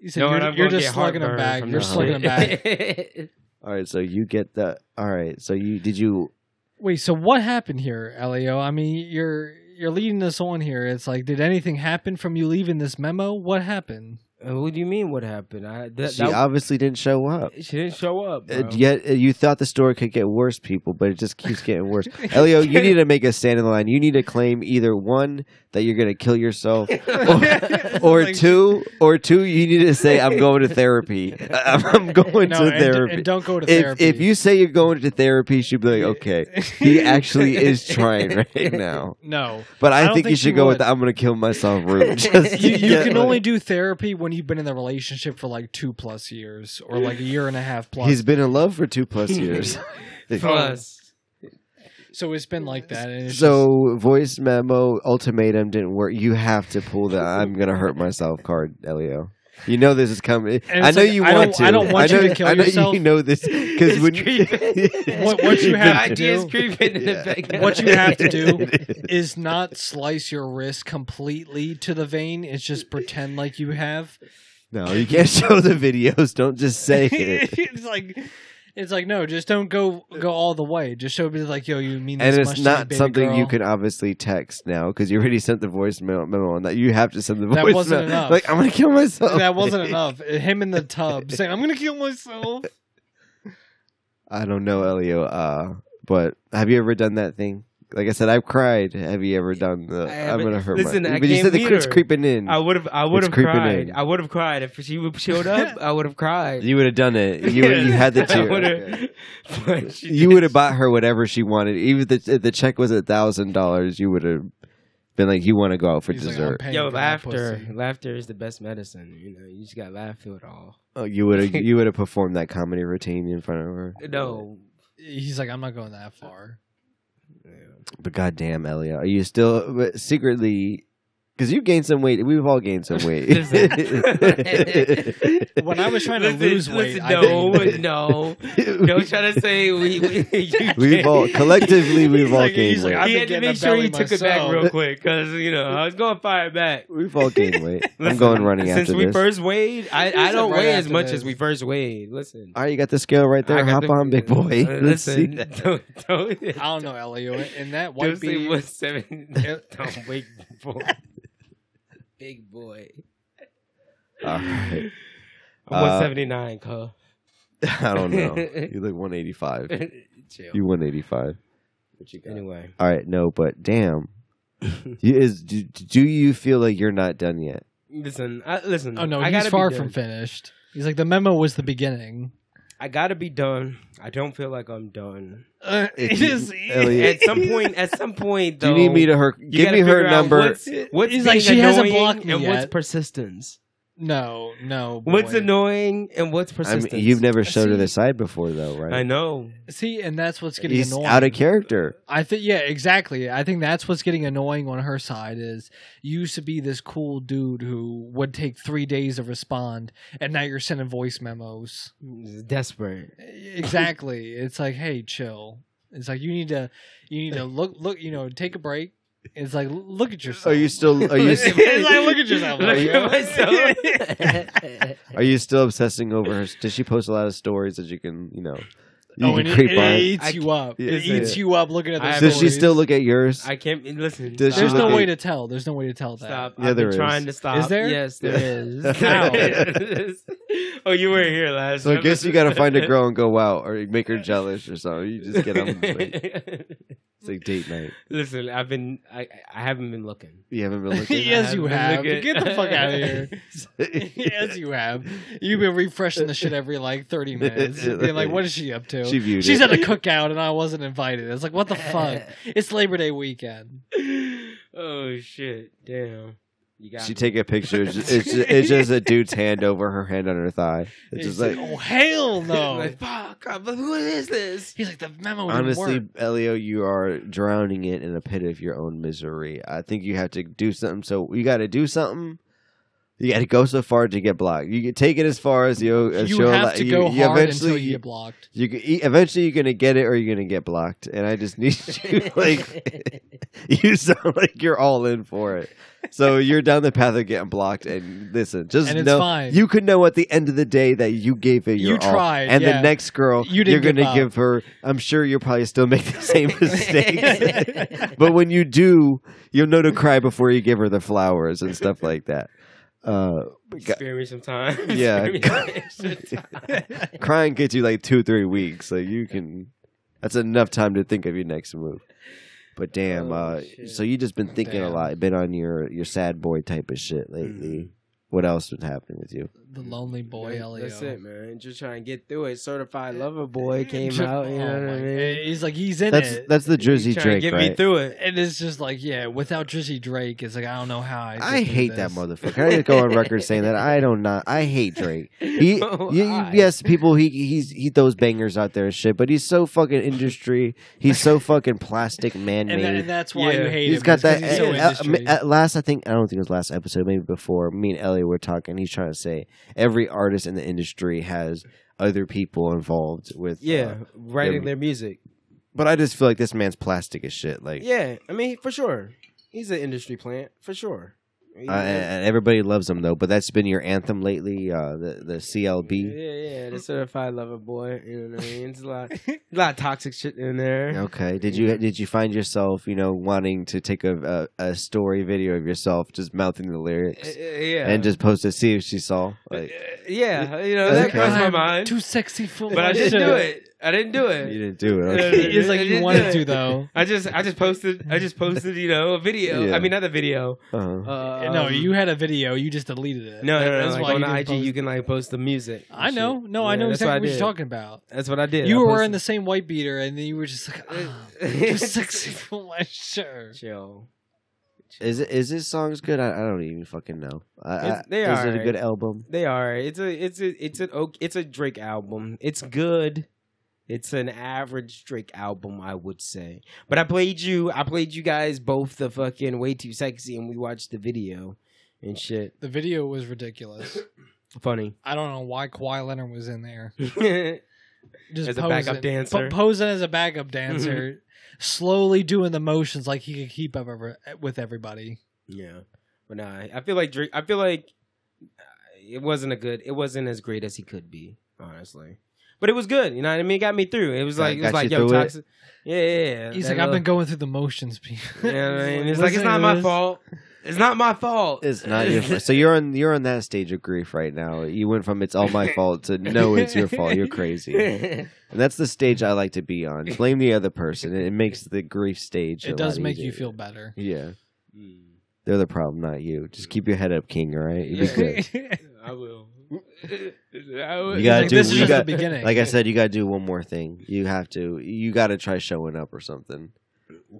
[SPEAKER 4] He said,
[SPEAKER 5] No,
[SPEAKER 4] you're,
[SPEAKER 5] and I'm
[SPEAKER 4] you're
[SPEAKER 5] gonna
[SPEAKER 4] just
[SPEAKER 5] get
[SPEAKER 4] slugging him
[SPEAKER 5] heartburn
[SPEAKER 4] back.
[SPEAKER 5] from
[SPEAKER 4] You're
[SPEAKER 5] this
[SPEAKER 4] slugging him back.
[SPEAKER 5] shit.
[SPEAKER 1] All right, so you get the. All right, so you did you.
[SPEAKER 4] Wait, so what happened here, Elio? I mean, you're you're leading us on here. It's like, did anything happen from you leaving this memo? What happened?
[SPEAKER 5] Uh, what do you mean? What happened? I, that,
[SPEAKER 1] She
[SPEAKER 5] that-
[SPEAKER 1] obviously didn't show up.
[SPEAKER 5] she didn't show up.
[SPEAKER 1] Uh,
[SPEAKER 5] bro.
[SPEAKER 1] yet uh, you thought the story could get worse, people, but it just keeps getting worse. Elio, you need to make a stand in the line. You need to claim either one that you're going to kill yourself, or, or
[SPEAKER 4] Like-
[SPEAKER 1] two, or two. You need to say I'm going to therapy. I- I'm, I'm going
[SPEAKER 4] No,
[SPEAKER 1] to
[SPEAKER 4] and, d-
[SPEAKER 1] therapy.
[SPEAKER 4] and don't go to
[SPEAKER 1] if,
[SPEAKER 4] therapy.
[SPEAKER 1] if you say you're going to therapy, she'd be like, okay, he actually is trying right now.
[SPEAKER 4] no,
[SPEAKER 1] But I,
[SPEAKER 4] I don't
[SPEAKER 1] think, you
[SPEAKER 4] think
[SPEAKER 1] should
[SPEAKER 4] she
[SPEAKER 1] go with
[SPEAKER 4] would.
[SPEAKER 1] the I'm going to kill myself route. Just to
[SPEAKER 4] you, you
[SPEAKER 1] get,
[SPEAKER 4] can
[SPEAKER 1] like-
[SPEAKER 4] only do therapy when you've been in the relationship for like two plus years or like a year and a half plus.
[SPEAKER 1] He's been in love for two plus years.
[SPEAKER 5] Plus,
[SPEAKER 4] so it's been like that. And it's just-
[SPEAKER 1] so voice memo ultimatum didn't work. You have to pull the "I'm gonna hurt myself" card, Elio. You know this is coming.
[SPEAKER 4] And
[SPEAKER 1] I
[SPEAKER 4] it's
[SPEAKER 1] know
[SPEAKER 4] like,
[SPEAKER 1] you
[SPEAKER 4] I
[SPEAKER 1] want
[SPEAKER 4] don't-
[SPEAKER 1] to.
[SPEAKER 4] I don't want
[SPEAKER 1] know,
[SPEAKER 4] you to kill
[SPEAKER 1] I know
[SPEAKER 4] yourself.
[SPEAKER 1] You know this because
[SPEAKER 5] It's
[SPEAKER 1] when you-
[SPEAKER 5] creeping.
[SPEAKER 4] What- what you
[SPEAKER 5] the
[SPEAKER 4] have to
[SPEAKER 5] ideas
[SPEAKER 4] do-
[SPEAKER 5] creeping in the
[SPEAKER 1] Yeah.
[SPEAKER 5] back.
[SPEAKER 4] What you have to do
[SPEAKER 1] It is.
[SPEAKER 4] is not slice your wrist completely to the vein. It's just pretend like you have.
[SPEAKER 1] No, you can't show the videos. Don't just say it.
[SPEAKER 4] it's like it's like no, just don't go go all the way. Just show me like yo, you mean
[SPEAKER 1] And
[SPEAKER 4] this
[SPEAKER 1] it's
[SPEAKER 4] much to me,
[SPEAKER 1] not
[SPEAKER 4] baby
[SPEAKER 1] something you
[SPEAKER 4] girl?
[SPEAKER 1] can obviously text now because you already sent the voice memo, memo on that. You have to send the voice
[SPEAKER 4] That wasn't
[SPEAKER 1] memo.
[SPEAKER 4] enough.
[SPEAKER 1] Like, I'm going to kill myself.
[SPEAKER 4] That wasn't enough. Him in the tub saying, "I'm gonna kill myself."
[SPEAKER 1] I don't know, Elio. Uh, but have you ever done that thing? Like I said, I've cried. Have you ever done the?
[SPEAKER 5] I
[SPEAKER 1] I'm
[SPEAKER 5] haven't-
[SPEAKER 1] gonna hurt
[SPEAKER 5] Listen,
[SPEAKER 1] my.
[SPEAKER 5] I
[SPEAKER 1] But you said
[SPEAKER 5] can't
[SPEAKER 1] the creep's
[SPEAKER 5] either.
[SPEAKER 1] creeping in.
[SPEAKER 5] I would have. I would
[SPEAKER 1] It's
[SPEAKER 5] have
[SPEAKER 1] creeping
[SPEAKER 5] cried.
[SPEAKER 1] in.
[SPEAKER 5] I would have cried if she would showed up. I would have cried.
[SPEAKER 1] you would have done it. You would. You had the
[SPEAKER 5] I
[SPEAKER 1] tear.
[SPEAKER 5] would've- but she
[SPEAKER 1] You would have
[SPEAKER 5] didn't.
[SPEAKER 1] bought her whatever she wanted. Even if the, if the check was a thousand dollars, you would have been like, "You want to go out for
[SPEAKER 4] He's like, "I'm
[SPEAKER 1] dessert?"
[SPEAKER 4] paying
[SPEAKER 5] Yo,
[SPEAKER 4] for that
[SPEAKER 5] laughter.
[SPEAKER 4] pussy."
[SPEAKER 5] Laughter is the best medicine. You know, you just gotta laugh through it all.
[SPEAKER 1] oh, you would have. You would have performed that comedy routine in front of her.
[SPEAKER 5] No,
[SPEAKER 4] He's like, "I'm not going that far."
[SPEAKER 1] But goddamn, Elliot, are you still but secretly? Because you gained some weight. We've all gained some weight.
[SPEAKER 5] Listen.
[SPEAKER 4] When I was trying to
[SPEAKER 5] Listen,
[SPEAKER 4] lose weight,
[SPEAKER 5] listen,
[SPEAKER 4] I
[SPEAKER 5] no,
[SPEAKER 4] didn't.
[SPEAKER 5] no. Don't try to say we. we you
[SPEAKER 1] We've all collectively we've
[SPEAKER 4] He's
[SPEAKER 1] all
[SPEAKER 4] like-
[SPEAKER 1] gained
[SPEAKER 4] he's like,
[SPEAKER 1] weight.
[SPEAKER 4] I've
[SPEAKER 5] He
[SPEAKER 4] been
[SPEAKER 5] had to
[SPEAKER 4] getting
[SPEAKER 5] make
[SPEAKER 4] a
[SPEAKER 5] sure
[SPEAKER 4] belly
[SPEAKER 5] he took it back
[SPEAKER 4] myself.
[SPEAKER 5] real quick because you know I was going to fire back.
[SPEAKER 1] We've all gained weight. I'm
[SPEAKER 5] Listen,
[SPEAKER 1] going running
[SPEAKER 5] Since
[SPEAKER 1] after
[SPEAKER 5] we
[SPEAKER 1] this.
[SPEAKER 5] first weighed, I, I
[SPEAKER 4] said
[SPEAKER 5] don't
[SPEAKER 4] right
[SPEAKER 5] weigh as
[SPEAKER 4] after
[SPEAKER 5] much
[SPEAKER 4] this.
[SPEAKER 5] as we first weighed. Listen,
[SPEAKER 1] all right, you got the scale right there.
[SPEAKER 5] I got
[SPEAKER 1] Hop
[SPEAKER 5] the-
[SPEAKER 1] on, big boy.
[SPEAKER 5] Uh,
[SPEAKER 1] Let's see
[SPEAKER 5] Listen,
[SPEAKER 1] that.
[SPEAKER 5] don't, don't,
[SPEAKER 4] I don't know, Elio. And
[SPEAKER 5] don't
[SPEAKER 4] that white eh,
[SPEAKER 5] say
[SPEAKER 4] beard,
[SPEAKER 5] one seven.
[SPEAKER 4] It-
[SPEAKER 5] Don't wait, boy. Big boy.
[SPEAKER 1] All right.
[SPEAKER 5] I'm
[SPEAKER 1] Uh,
[SPEAKER 5] 179, huh?
[SPEAKER 1] I don't know. You look 185.
[SPEAKER 5] Chill.
[SPEAKER 1] You 185.
[SPEAKER 5] what you got? Anyway,
[SPEAKER 1] All right, no, but damn. You- is do, do you feel like you're not done yet?
[SPEAKER 5] listen. I, listen.
[SPEAKER 4] Oh no,
[SPEAKER 5] I
[SPEAKER 4] he's
[SPEAKER 5] gotta
[SPEAKER 4] far
[SPEAKER 5] be
[SPEAKER 4] from
[SPEAKER 5] done.
[SPEAKER 4] finished. He's like the memo was the beginning.
[SPEAKER 5] I gotta be done. I don't feel like I'm done.
[SPEAKER 4] Uh,
[SPEAKER 1] It's-
[SPEAKER 4] it is. e-
[SPEAKER 1] Elliot.
[SPEAKER 5] At some point, at some point,
[SPEAKER 1] Do
[SPEAKER 5] though,
[SPEAKER 1] you need me to her?
[SPEAKER 5] you
[SPEAKER 1] Give
[SPEAKER 5] gotta
[SPEAKER 1] me her
[SPEAKER 5] figure out
[SPEAKER 1] number.
[SPEAKER 5] What's, what's
[SPEAKER 4] He's like,
[SPEAKER 5] being
[SPEAKER 4] she hasn't
[SPEAKER 5] annoying
[SPEAKER 4] blocked me
[SPEAKER 5] and what's
[SPEAKER 4] yet.
[SPEAKER 5] persistence?
[SPEAKER 4] No, no.
[SPEAKER 5] What's
[SPEAKER 4] boy.
[SPEAKER 5] annoying and
[SPEAKER 1] I
[SPEAKER 5] what's
[SPEAKER 1] mean,
[SPEAKER 5] persistence?
[SPEAKER 1] you've never showed her
[SPEAKER 4] See-
[SPEAKER 1] the side before, though, right?
[SPEAKER 5] I know.
[SPEAKER 4] See, and that's what's getting
[SPEAKER 1] He's
[SPEAKER 4] annoying.
[SPEAKER 1] out of character.
[SPEAKER 4] I think, yeah, exactly. I think that's what's getting annoying on her side is you used to be this cool dude who would take three days to respond, and now you're sending voice memos.
[SPEAKER 5] Desperate.
[SPEAKER 4] Exactly. it's like, hey, chill. It's like you need to, you need to look, look, you know, take a break. It's like, l- look at yourself.
[SPEAKER 1] Are Oh, you still? Are you?
[SPEAKER 4] It's like, look at yourself.
[SPEAKER 5] Look
[SPEAKER 4] Elio.
[SPEAKER 5] at myself.
[SPEAKER 1] Are you still obsessing over her? Does she post a lot of stories that you can, you know, you
[SPEAKER 4] Oh,
[SPEAKER 1] can
[SPEAKER 4] and it,
[SPEAKER 1] creep
[SPEAKER 4] it
[SPEAKER 1] on?
[SPEAKER 4] eats you up.
[SPEAKER 1] Yeah,
[SPEAKER 4] it
[SPEAKER 1] yeah.
[SPEAKER 4] eats you up looking at the
[SPEAKER 5] I-
[SPEAKER 1] Does she
[SPEAKER 4] stories.
[SPEAKER 1] still look at yours?
[SPEAKER 5] I can't listen.
[SPEAKER 1] Does she
[SPEAKER 4] There's
[SPEAKER 1] look
[SPEAKER 4] no
[SPEAKER 1] at-
[SPEAKER 4] way to tell. There's no way to tell that.
[SPEAKER 5] stop.
[SPEAKER 1] Yeah,
[SPEAKER 5] I've
[SPEAKER 1] there
[SPEAKER 5] been
[SPEAKER 1] is.
[SPEAKER 5] trying to stop.
[SPEAKER 4] Is there?
[SPEAKER 5] Yes, there
[SPEAKER 1] Yeah.
[SPEAKER 5] is.
[SPEAKER 1] How?
[SPEAKER 5] There is. oh, you weren't here last.
[SPEAKER 1] so I guess you got to find a
[SPEAKER 5] girl.
[SPEAKER 1] girl and go out, or make her jealous or something. You just get on. Like, it's like date night.
[SPEAKER 5] Listen, I've been. I I haven't been looking.
[SPEAKER 1] You haven't been looking.
[SPEAKER 4] yes,
[SPEAKER 5] I
[SPEAKER 4] you have.
[SPEAKER 5] haven't been
[SPEAKER 4] Get the
[SPEAKER 5] looking.
[SPEAKER 4] fuck out of here. yes, you have. You've been refreshing the shit every like 30 minutes. Being like, what is she up to?
[SPEAKER 1] She viewed
[SPEAKER 4] She's
[SPEAKER 1] it.
[SPEAKER 4] at a cookout and I wasn't invited. It's like, what the fuck? It's Labor Day weekend.
[SPEAKER 5] Oh shit! Damn. You got.
[SPEAKER 1] She
[SPEAKER 5] me.
[SPEAKER 1] take a picture. It's just, it's, just, it's just a dude's hand over her hand on her thigh. It's
[SPEAKER 4] It's
[SPEAKER 1] just
[SPEAKER 4] like,
[SPEAKER 1] like
[SPEAKER 4] oh, hell no.
[SPEAKER 5] like fuck. I'm, who is this?
[SPEAKER 4] He's like, the memo didn't
[SPEAKER 1] honestly,
[SPEAKER 4] work.
[SPEAKER 1] Elio, you are drowning it in a pit of your own misery. I think you have to do something. So you got to do something. You got to go so far to get blocked. You can take it as far as you. As
[SPEAKER 4] You
[SPEAKER 1] you'll
[SPEAKER 4] have
[SPEAKER 1] let-
[SPEAKER 4] to go
[SPEAKER 1] uh, you
[SPEAKER 4] hard
[SPEAKER 1] eventually,
[SPEAKER 4] until you get blocked.
[SPEAKER 1] You can, e- eventually you're gonna get it or you're gonna get blocked, and I just need you like you sound like you're all in for it. So you're down the path of getting blocked, and listen, just
[SPEAKER 4] And it's
[SPEAKER 1] know
[SPEAKER 4] fine.
[SPEAKER 1] you could know at the end of the day that you gave it your
[SPEAKER 4] You
[SPEAKER 1] all,
[SPEAKER 4] tried,
[SPEAKER 1] and the
[SPEAKER 4] yeah.
[SPEAKER 1] next girl
[SPEAKER 4] You
[SPEAKER 1] are
[SPEAKER 4] didn't give
[SPEAKER 1] gonna
[SPEAKER 4] up.
[SPEAKER 1] give her. I'm sure you'll probably still make the same mistakes, but when you do, you'll know to cry before you give her the flowers and stuff like that. Uh,
[SPEAKER 5] Spare me some time.
[SPEAKER 1] Yeah.
[SPEAKER 5] Spare me some extra time.
[SPEAKER 1] crying gets you like two three weeks so you can that's enough time to think of your next move but damn
[SPEAKER 5] Oh,
[SPEAKER 1] uh
[SPEAKER 5] shit.
[SPEAKER 1] so you just been thinking a
[SPEAKER 4] Damn.
[SPEAKER 5] Mm-hmm.
[SPEAKER 1] lot been on your your sad boy type of shit lately What else would happen with you?
[SPEAKER 4] The lonely boy,
[SPEAKER 5] That-
[SPEAKER 4] Elio.
[SPEAKER 5] That's it, man. Just trying to get through it. Certified lover boy came out. You
[SPEAKER 4] Oh
[SPEAKER 5] know what
[SPEAKER 4] my
[SPEAKER 5] I
[SPEAKER 4] God.
[SPEAKER 5] mean?
[SPEAKER 4] He's like he's in
[SPEAKER 1] That's
[SPEAKER 4] it.
[SPEAKER 1] that's the Jersey
[SPEAKER 5] Trying to
[SPEAKER 1] Drake,
[SPEAKER 5] get me
[SPEAKER 1] right?
[SPEAKER 5] through it.
[SPEAKER 4] and it's just like, yeah, without Drizzy Drake, it's like I don't know how I.
[SPEAKER 1] I
[SPEAKER 4] get through
[SPEAKER 1] hate that
[SPEAKER 4] this.
[SPEAKER 1] motherfucker. I didn't go on record saying that. I don't not. I hate Drake. He,
[SPEAKER 5] Oh,
[SPEAKER 1] you- you-
[SPEAKER 5] I.
[SPEAKER 1] yes, people. He he's he throws bangers out there and shit, but he's so fucking industry. He's so fucking plastic man
[SPEAKER 4] And, tha- and
[SPEAKER 1] made.
[SPEAKER 4] that's why
[SPEAKER 5] Yeah.
[SPEAKER 4] you hate
[SPEAKER 1] He's
[SPEAKER 4] him.
[SPEAKER 1] got
[SPEAKER 4] is 'cause
[SPEAKER 1] that. eh,
[SPEAKER 4] He's so
[SPEAKER 1] at- at-
[SPEAKER 4] industry.
[SPEAKER 1] at last, I think I don't think it was last episode, maybe before. Me and Ellie were talking. He's trying to say every artist in the industry has other people involved with. uh,
[SPEAKER 5] Yeah, writing
[SPEAKER 1] Yeah.
[SPEAKER 5] their music.
[SPEAKER 1] but I just feel like this man's plastic as shit. Like,
[SPEAKER 5] Yeah, I mean for sure. He's an industry plant for sure. He-
[SPEAKER 1] uh, and, and everybody loves him though. But that's been your anthem lately. Uh, the the
[SPEAKER 5] yeah,
[SPEAKER 1] CLB.
[SPEAKER 5] yeah, the certified lover boy. You know what I mean? It's a lot, a lot of toxic shit in there.
[SPEAKER 1] Okay. Did you did you find yourself you know wanting to take a a, a story video of yourself just mouthing the lyrics
[SPEAKER 5] Uh, yeah,
[SPEAKER 1] and just post to see if she saw? Like,
[SPEAKER 5] Uh, yeah, you know that
[SPEAKER 1] Okay.
[SPEAKER 5] crossed my
[SPEAKER 4] I'm
[SPEAKER 5] mind,
[SPEAKER 4] Too sexy for.
[SPEAKER 5] but I
[SPEAKER 4] my
[SPEAKER 5] didn't
[SPEAKER 4] shit.
[SPEAKER 5] do it. I didn't do
[SPEAKER 1] you
[SPEAKER 5] it.
[SPEAKER 1] didn't do it.
[SPEAKER 5] eh, Yeah.
[SPEAKER 1] Okay.
[SPEAKER 4] It's like
[SPEAKER 5] I
[SPEAKER 4] you
[SPEAKER 5] didn't do
[SPEAKER 4] wanted to
[SPEAKER 5] it.
[SPEAKER 4] though.
[SPEAKER 5] I just, I just posted, I just posted, you know, a video.
[SPEAKER 1] Yeah.
[SPEAKER 5] I mean, not a video.
[SPEAKER 1] Uh-huh.
[SPEAKER 5] Uh,
[SPEAKER 4] no,
[SPEAKER 5] um,
[SPEAKER 4] you had a video. You just deleted it.
[SPEAKER 5] No,
[SPEAKER 4] That-
[SPEAKER 5] no, no.
[SPEAKER 4] that's
[SPEAKER 5] Like
[SPEAKER 4] why
[SPEAKER 5] on
[SPEAKER 4] you didn't
[SPEAKER 5] IG,
[SPEAKER 4] post-
[SPEAKER 5] you can like post the music. and
[SPEAKER 4] I know.
[SPEAKER 5] shit.
[SPEAKER 4] No, I
[SPEAKER 5] Yeah,
[SPEAKER 4] know
[SPEAKER 5] that's what I
[SPEAKER 4] exactly what
[SPEAKER 5] did.
[SPEAKER 4] you're talking about.
[SPEAKER 5] That's what I did.
[SPEAKER 4] you
[SPEAKER 5] I
[SPEAKER 4] were wearing the
[SPEAKER 5] posted-
[SPEAKER 4] same white beater, and then you were just like, ah, too sexy for my shirt.
[SPEAKER 5] Chill.
[SPEAKER 1] Is it is this song's good? I, I don't even fucking know. I, I,
[SPEAKER 5] It's- they
[SPEAKER 1] is
[SPEAKER 5] are
[SPEAKER 1] it a good
[SPEAKER 5] alright.
[SPEAKER 1] album?
[SPEAKER 5] They are. It's a. It's a. It's an. ok- It's a Drake album. It's good. It's an average Drake album, I would say. But I played you. I played you guys both the fucking way too sexy, and we watched the video and shit.
[SPEAKER 4] The video was ridiculous.
[SPEAKER 5] Funny.
[SPEAKER 4] I don't know why Kawhi Leonard was in there.
[SPEAKER 5] As
[SPEAKER 4] Just
[SPEAKER 5] a
[SPEAKER 4] posing.
[SPEAKER 5] backup dancer.
[SPEAKER 4] Po- posing as a backup dancer, slowly doing the motions like he could keep up ever- with everybody.
[SPEAKER 5] Yeah, but nah, I feel like Drake. I feel like uh, it wasn't a good. It wasn't as great as he could be, honestly. But it was good. You know what I mean? It got me through. It was
[SPEAKER 1] Got-
[SPEAKER 5] like it
[SPEAKER 1] got
[SPEAKER 5] was like
[SPEAKER 1] you
[SPEAKER 5] yo,
[SPEAKER 1] through it?
[SPEAKER 5] toxic. Yeah, yeah. yeah.
[SPEAKER 4] He's
[SPEAKER 5] That
[SPEAKER 4] like, I've been
[SPEAKER 5] little-
[SPEAKER 4] going through the motions, people.
[SPEAKER 5] You know what I mean? It's like it's not my fault. It's not my fault.
[SPEAKER 1] It's not your fault. So you're on you're on that stage of grief right now. You went from it's all my fault to no, it's your fault. You're crazy. And that's the stage I like to be on. Blame the other person. It, it makes the grief stage. a
[SPEAKER 4] It does
[SPEAKER 1] lot
[SPEAKER 4] make you
[SPEAKER 1] easier.
[SPEAKER 4] feel better.
[SPEAKER 1] Yeah,
[SPEAKER 4] Hmm.
[SPEAKER 5] Mm,
[SPEAKER 1] they're the problem, not you. Just keep your head up, King. All right, you'll be good.
[SPEAKER 5] I will. I will.
[SPEAKER 1] You gotta
[SPEAKER 4] Like,
[SPEAKER 1] do-
[SPEAKER 4] this is
[SPEAKER 1] you
[SPEAKER 4] just
[SPEAKER 1] got-
[SPEAKER 4] the beginning.
[SPEAKER 1] Like I said, you gotta do one more thing. You have to. You gotta try showing up or something.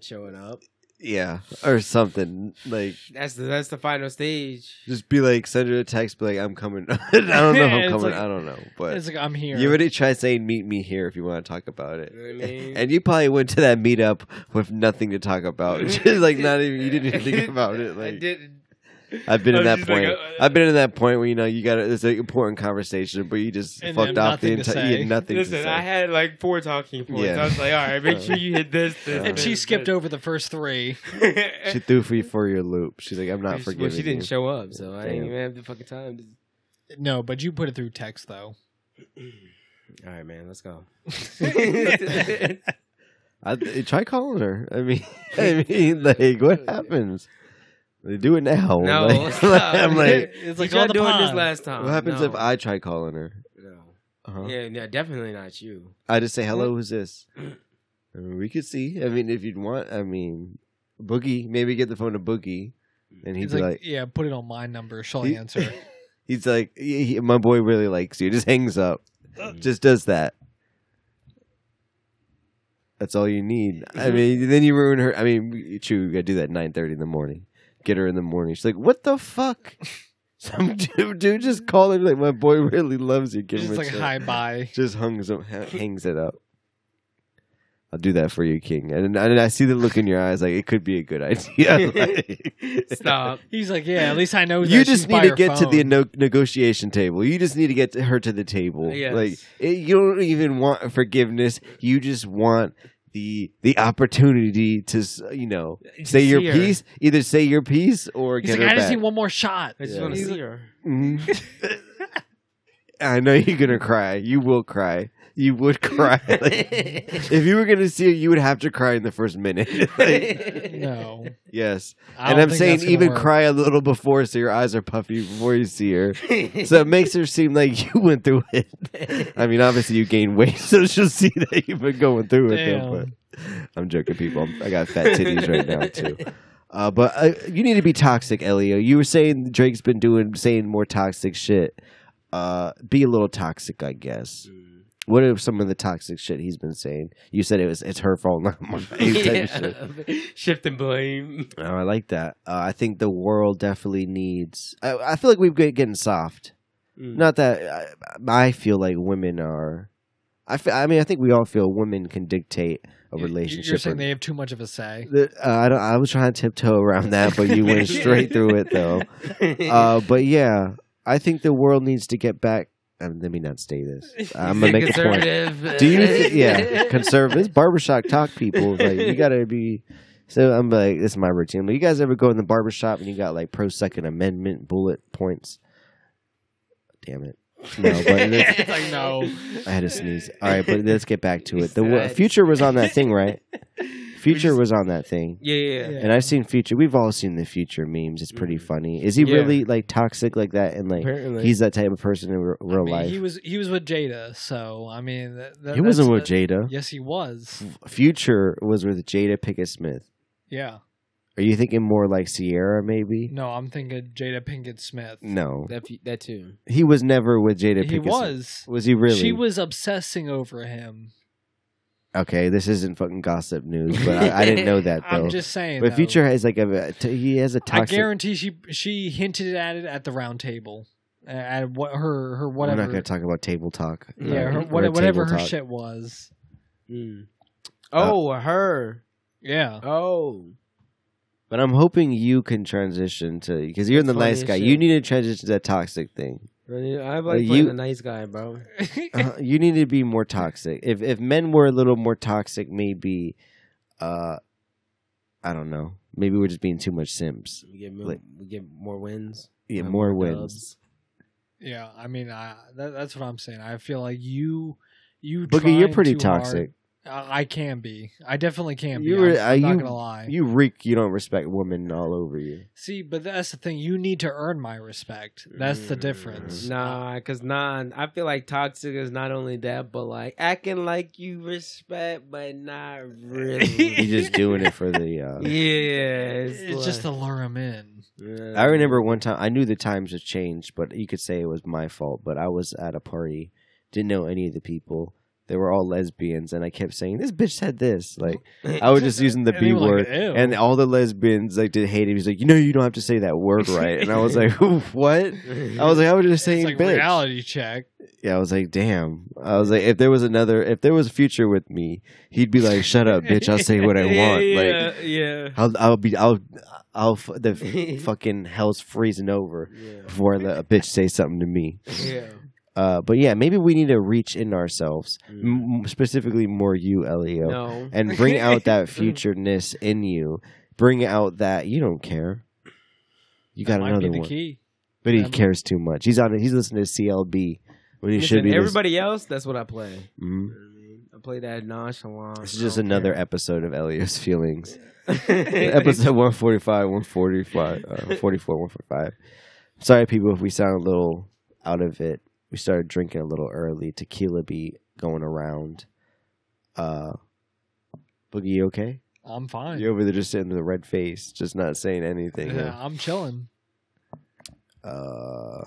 [SPEAKER 5] showing up.
[SPEAKER 1] Yeah, or something like
[SPEAKER 5] That's the that's the final stage.
[SPEAKER 1] just be like send her a text, be like I'm coming. I don't know, if
[SPEAKER 4] It's
[SPEAKER 1] I'm coming.
[SPEAKER 4] like-
[SPEAKER 1] I don't know, but
[SPEAKER 4] it's like I'm here.
[SPEAKER 1] you already tried saying meet me here if you want to talk about it.
[SPEAKER 5] You know what I mean?
[SPEAKER 1] And you probably went to that meetup with nothing to talk about. Just like not even you didn't even think about it.
[SPEAKER 5] I
[SPEAKER 1] Like
[SPEAKER 5] didn't.
[SPEAKER 1] I've been
[SPEAKER 5] I
[SPEAKER 1] in
[SPEAKER 5] was
[SPEAKER 1] that
[SPEAKER 5] just like,
[SPEAKER 1] point.
[SPEAKER 5] uh,
[SPEAKER 1] I've been in that point where you know you got it's an important conversation, but you just
[SPEAKER 4] And
[SPEAKER 1] fucked
[SPEAKER 4] then
[SPEAKER 1] off the
[SPEAKER 4] nothing to
[SPEAKER 1] entire. You
[SPEAKER 4] say.
[SPEAKER 1] had nothing to
[SPEAKER 5] Listen,
[SPEAKER 1] say.
[SPEAKER 5] I had like four talking points.
[SPEAKER 1] Yeah.
[SPEAKER 5] I was like, all right, make sure you hit this. this
[SPEAKER 4] and she skipped over the first three.
[SPEAKER 1] she threw for you for your loop. She's like, I'm not forgiving
[SPEAKER 5] eh. Well, she didn't
[SPEAKER 1] you.
[SPEAKER 5] show up, so I
[SPEAKER 1] Damn.
[SPEAKER 5] didn't even have the fucking time. To...
[SPEAKER 4] No, but you put it through text though.
[SPEAKER 5] All right, man, let's go.
[SPEAKER 1] I, try calling her. I mean, I mean, like, what happens? They do it now.
[SPEAKER 5] No,
[SPEAKER 1] Like,
[SPEAKER 5] stop.
[SPEAKER 1] I'm like,
[SPEAKER 4] It's
[SPEAKER 5] like
[SPEAKER 4] like
[SPEAKER 5] you
[SPEAKER 4] all
[SPEAKER 5] not
[SPEAKER 4] the
[SPEAKER 5] doing this
[SPEAKER 4] pond.
[SPEAKER 5] last time.
[SPEAKER 1] what happens
[SPEAKER 5] No.
[SPEAKER 1] if I try calling her?
[SPEAKER 5] No.
[SPEAKER 1] Uh-huh.
[SPEAKER 5] Yeah, Mm-hmm. no, definitely not you.
[SPEAKER 1] I just say, hello, who's this? I mean, we could see. I mean, if you'd want, I mean, Boogie, maybe get the phone to Boogie. And he'd
[SPEAKER 4] It's
[SPEAKER 1] be
[SPEAKER 4] like,
[SPEAKER 1] like,
[SPEAKER 4] yeah, put it on my number. She'll
[SPEAKER 1] He-
[SPEAKER 4] answer.
[SPEAKER 1] he's like, "He- he- my boy really likes you. Just hangs up.
[SPEAKER 4] Mm.
[SPEAKER 1] Just does that. That's all you need. I mean, then you ruin her. I mean, true, you gotta do that at 9.30 in the morning. Get her in the morning. She's like, what the fuck? Some dude, dude just called her like, my boy really loves you. Give
[SPEAKER 4] Just
[SPEAKER 1] him a
[SPEAKER 4] like
[SPEAKER 1] chance."
[SPEAKER 4] hi, bye.
[SPEAKER 1] just hangs up, hangs it up. I'll do that for you, King. And, and I see the look in your eyes, like it could be a good idea.
[SPEAKER 5] Stop.
[SPEAKER 4] He's like, yeah, at least I know.
[SPEAKER 1] you
[SPEAKER 4] Oh, that
[SPEAKER 1] just
[SPEAKER 4] she's by
[SPEAKER 1] need to
[SPEAKER 4] her
[SPEAKER 1] get to the
[SPEAKER 4] phone.
[SPEAKER 1] no- negotiation table. You just need to get to her to the
[SPEAKER 4] Uh,
[SPEAKER 1] table.
[SPEAKER 5] Yes.
[SPEAKER 1] Like it, you don't even want forgiveness. You just want the the opportunity to s- you know
[SPEAKER 5] Just
[SPEAKER 1] say your
[SPEAKER 5] see her.
[SPEAKER 1] piece. Either say your piece or
[SPEAKER 4] He's
[SPEAKER 1] get
[SPEAKER 4] like,
[SPEAKER 1] her
[SPEAKER 4] I just
[SPEAKER 1] back.
[SPEAKER 4] need one more shot.
[SPEAKER 5] I just
[SPEAKER 1] Yeah.
[SPEAKER 5] want to
[SPEAKER 1] He's
[SPEAKER 5] see her.
[SPEAKER 1] Mhm. I know you're gonna cry. You will cry. You would cry. Like, if you were gonna see it, you would have to cry in the first minute. Like,
[SPEAKER 4] No,
[SPEAKER 1] yes,
[SPEAKER 4] I
[SPEAKER 1] and
[SPEAKER 4] don't
[SPEAKER 1] I'm
[SPEAKER 4] think
[SPEAKER 1] saying
[SPEAKER 4] that's gonna
[SPEAKER 1] even
[SPEAKER 4] work.
[SPEAKER 1] cry a little before, so your eyes are puffy before you see her. so it makes her seem like you went through it. I mean, obviously you gained weight, so she'll see that you've been going through it. Though,
[SPEAKER 4] Damn.
[SPEAKER 1] but I'm joking, people. I'm, I got fat titties right now too. Uh, but uh, you need to be toxic, Elio. You were saying Drake's been doing saying more toxic shit. Uh, be a little toxic, I guess. What are some of the toxic shit he's been saying? You said it was it's her fault, not mine. type of shit.
[SPEAKER 5] Shift and blame.
[SPEAKER 1] Oh, I like that. Uh, I think the world definitely needs. I, I feel like we've get getting soft.
[SPEAKER 4] Mm-hmm.
[SPEAKER 5] Mm.
[SPEAKER 1] Not that I, I feel like women are. I, fe- I mean, I think we all feel women can dictate a relationship.
[SPEAKER 4] You're saying
[SPEAKER 1] or-
[SPEAKER 4] they have too much of a say.
[SPEAKER 1] the- uh, I don't. I was trying to tiptoe around that, but you went straight through it, though. Uh, but yeah, I think the world needs to get back. And let me not stay this. I'm gonna make a point.
[SPEAKER 5] Conservative.
[SPEAKER 1] Do you? Th- yeah, conservatives, barbershop talk people. Like you gotta be. So I'm like, this is my routine. But you guys ever go in the barbershop and you got like pro Second Amendment bullet points? Damn it! No, but it's-
[SPEAKER 4] It's like no.
[SPEAKER 1] I had to sneeze. All right, but let's get back to it. The wo- future was on that thing, right? Future was on that thing.
[SPEAKER 5] Yeah, yeah.
[SPEAKER 4] Yeah. Mm-hmm.
[SPEAKER 1] And I've seen future. We've all seen the future memes. It's pretty funny. Is he
[SPEAKER 5] Yeah.
[SPEAKER 1] really like toxic like that? And like
[SPEAKER 5] Apparently.
[SPEAKER 1] he's that type of person in re- real
[SPEAKER 4] I mean,
[SPEAKER 1] life.
[SPEAKER 4] He was he was with Jada, so I mean that, that,
[SPEAKER 1] he wasn't with
[SPEAKER 4] that's-
[SPEAKER 1] Jada.
[SPEAKER 4] Yes, he was.
[SPEAKER 1] Future was with Jada Pickett Smith.
[SPEAKER 4] Yeah.
[SPEAKER 1] Are you thinking more like Sierra, maybe?
[SPEAKER 4] No, I'm thinking Jada Pinkett Smith.
[SPEAKER 1] No,
[SPEAKER 5] That, fe- that too.
[SPEAKER 1] he was never with Jada.
[SPEAKER 4] he
[SPEAKER 1] Pinkett Smith.
[SPEAKER 4] was.
[SPEAKER 1] Was he really?
[SPEAKER 4] She was obsessing over him.
[SPEAKER 1] Okay, this isn't fucking gossip news, but I, I didn't know that though.
[SPEAKER 4] I'm just saying.
[SPEAKER 1] but
[SPEAKER 4] though,
[SPEAKER 1] Future has like a t- he has a
[SPEAKER 4] I
[SPEAKER 1] toxic.
[SPEAKER 4] guarantee she she hinted at it at the round table, uh, at what her her
[SPEAKER 1] We're not
[SPEAKER 4] whatever.
[SPEAKER 1] going to talk about table talk.
[SPEAKER 4] yeah,
[SPEAKER 1] Uh,
[SPEAKER 4] her,
[SPEAKER 1] or
[SPEAKER 4] what,
[SPEAKER 1] table
[SPEAKER 4] whatever her
[SPEAKER 1] talk.
[SPEAKER 4] shit was.
[SPEAKER 5] Mm. Oh, her.
[SPEAKER 4] Yeah.
[SPEAKER 5] Oh.
[SPEAKER 1] But I'm hoping you can transition to because you're the
[SPEAKER 5] Funny
[SPEAKER 1] nice guy.
[SPEAKER 5] shit.
[SPEAKER 1] You need to transition to that toxic thing.
[SPEAKER 5] I
[SPEAKER 1] like
[SPEAKER 5] like
[SPEAKER 1] playing you-
[SPEAKER 5] you,
[SPEAKER 1] the
[SPEAKER 5] a nice guy, bro.
[SPEAKER 1] Uh, you need to be more toxic. If if men were a little more toxic, maybe, uh, I don't know. Maybe we're just being too much simps.
[SPEAKER 5] We get more,
[SPEAKER 1] Like-
[SPEAKER 5] we get more wins.
[SPEAKER 1] Yeah,
[SPEAKER 5] Uh,
[SPEAKER 1] more wins.
[SPEAKER 5] dubs.
[SPEAKER 4] Yeah, I mean, I, that, that's what I'm saying. I feel like you, you,
[SPEAKER 1] Boogie, you're
[SPEAKER 4] tried
[SPEAKER 1] pretty
[SPEAKER 4] too hard.
[SPEAKER 1] toxic.
[SPEAKER 4] I, I can be. I definitely can be.
[SPEAKER 1] You
[SPEAKER 4] You
[SPEAKER 1] were-
[SPEAKER 4] I'm, I'm
[SPEAKER 1] uh,
[SPEAKER 4] not
[SPEAKER 1] you-
[SPEAKER 4] gonna lie.
[SPEAKER 1] You reek. You don't respect women all over you.
[SPEAKER 4] See, but that's the thing. You need to earn my respect. That's the
[SPEAKER 5] Mm,
[SPEAKER 4] difference.
[SPEAKER 5] Nah, because nah, I feel like toxic is not only that, but like acting like you respect, but not
[SPEAKER 1] You're
[SPEAKER 5] really.
[SPEAKER 1] just doing it for the. Uh,
[SPEAKER 5] yeah,
[SPEAKER 4] it's,
[SPEAKER 5] it's,
[SPEAKER 4] just to
[SPEAKER 5] like-
[SPEAKER 4] lure him in.
[SPEAKER 5] Yeah.
[SPEAKER 1] I remember one time I knew the times had changed, but you could say it was my fault. But I was at a party, didn't know any of the people. They were all lesbians, and I kept saying, "This bitch said this." Like I was just using the
[SPEAKER 4] And they
[SPEAKER 1] B
[SPEAKER 4] were like,
[SPEAKER 1] word,
[SPEAKER 4] "Ew."
[SPEAKER 1] and all the lesbians like did hate it. He's like, "You know, you don't have to say that word right." And I was like, "Ooh, "What?" I was like, "I was just
[SPEAKER 4] It's
[SPEAKER 1] saying
[SPEAKER 4] like
[SPEAKER 1] bitch."
[SPEAKER 4] reality check.
[SPEAKER 1] Yeah, I was like, "Damn." I was like, "If there was another, if there was future with me, he'd be like, shut up, bitch. I'll say what I want.' Like,
[SPEAKER 5] yeah,
[SPEAKER 1] I'll, I'll be, I'll, I'll, f- the fucking hell's freezing over."
[SPEAKER 5] yeah,
[SPEAKER 1] before I let a bitch say something to me.
[SPEAKER 5] yeah.
[SPEAKER 1] Uh, but yeah, maybe we need to reach in ourselves,
[SPEAKER 5] Mm.
[SPEAKER 1] m- specifically more you, Elio,
[SPEAKER 5] No,
[SPEAKER 1] and bring out that futureness in you. Bring out that you don't care. You got
[SPEAKER 4] that might
[SPEAKER 1] another
[SPEAKER 4] be the
[SPEAKER 1] one,
[SPEAKER 4] key.
[SPEAKER 1] but he
[SPEAKER 4] That might-
[SPEAKER 1] cares too much. He's on. He's listening to CLB when he should
[SPEAKER 5] Listen,
[SPEAKER 1] be. lis-
[SPEAKER 5] everybody else. That's what I play.
[SPEAKER 1] Mhm.
[SPEAKER 5] I play that nonchalant.
[SPEAKER 1] This is just another episode of Elio's feelings. episode 145 145 uh, 44 145 sorry people if we sound a little out of it we started drinking a little early tequila be going around uh boogie you okay
[SPEAKER 4] I'm fine.
[SPEAKER 1] you over there just sitting with a red face just not saying anything
[SPEAKER 4] Yeah, I'm chilling.
[SPEAKER 1] huh? uh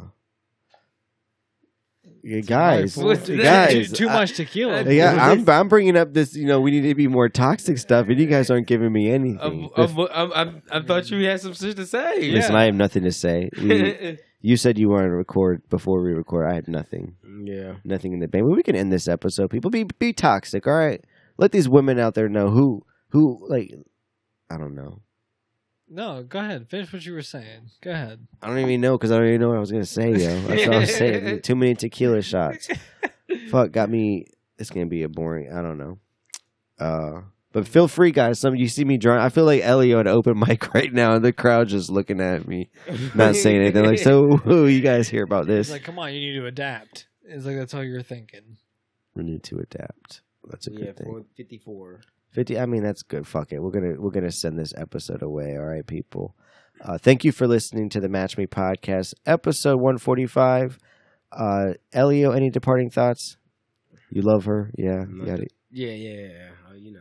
[SPEAKER 1] yeah,
[SPEAKER 4] Alright,
[SPEAKER 1] guys,
[SPEAKER 4] fool.
[SPEAKER 5] What's
[SPEAKER 4] Too-
[SPEAKER 1] guys,
[SPEAKER 4] too, too
[SPEAKER 1] I- uh,
[SPEAKER 4] much tequila.
[SPEAKER 5] I-
[SPEAKER 1] Yeah, I'm, I'm bringing up this. You know, we need to be more toxic stuff, and you guys aren't giving me anything.
[SPEAKER 5] Um, um, um, um, I thought you had some shit to say.
[SPEAKER 1] Listen, I have nothing to say. We-
[SPEAKER 5] yeah.
[SPEAKER 1] You said you wanted to record before we record. I have nothing.
[SPEAKER 5] yeah.
[SPEAKER 1] Nothing in the bank. But we can end this episode. People be be toxic, all right? Let these women out there know who who like I don't know.
[SPEAKER 4] No, go ahead. Finish what you were saying. Go ahead.
[SPEAKER 1] I don't even know because I don't even know what I was gonna say, yo. That's all I was saying. Too many tequila shots. Fuck, got me it's gonna be a boring I don't know. Uh but feel free guys, some you see me drawing I feel like Elio at an open mic right now and the crowd just looking at me, not saying anything. Like, so who you guys hear about
[SPEAKER 4] It's
[SPEAKER 1] this?
[SPEAKER 4] like, come on, you need to adapt. It's like that's all you're thinking.
[SPEAKER 1] we need to adapt. That's a good
[SPEAKER 5] yeah,
[SPEAKER 1] thing.
[SPEAKER 5] 454.
[SPEAKER 1] 50 i mean that's good fuck it we're gonna we're gonna send this episode away all right people uh, thank you for listening to the match me podcast episode 145 uh elio any departing thoughts you love her yeah you
[SPEAKER 5] Love
[SPEAKER 1] got it
[SPEAKER 5] uh, Yeah, yeah, yeah. Oh, you know.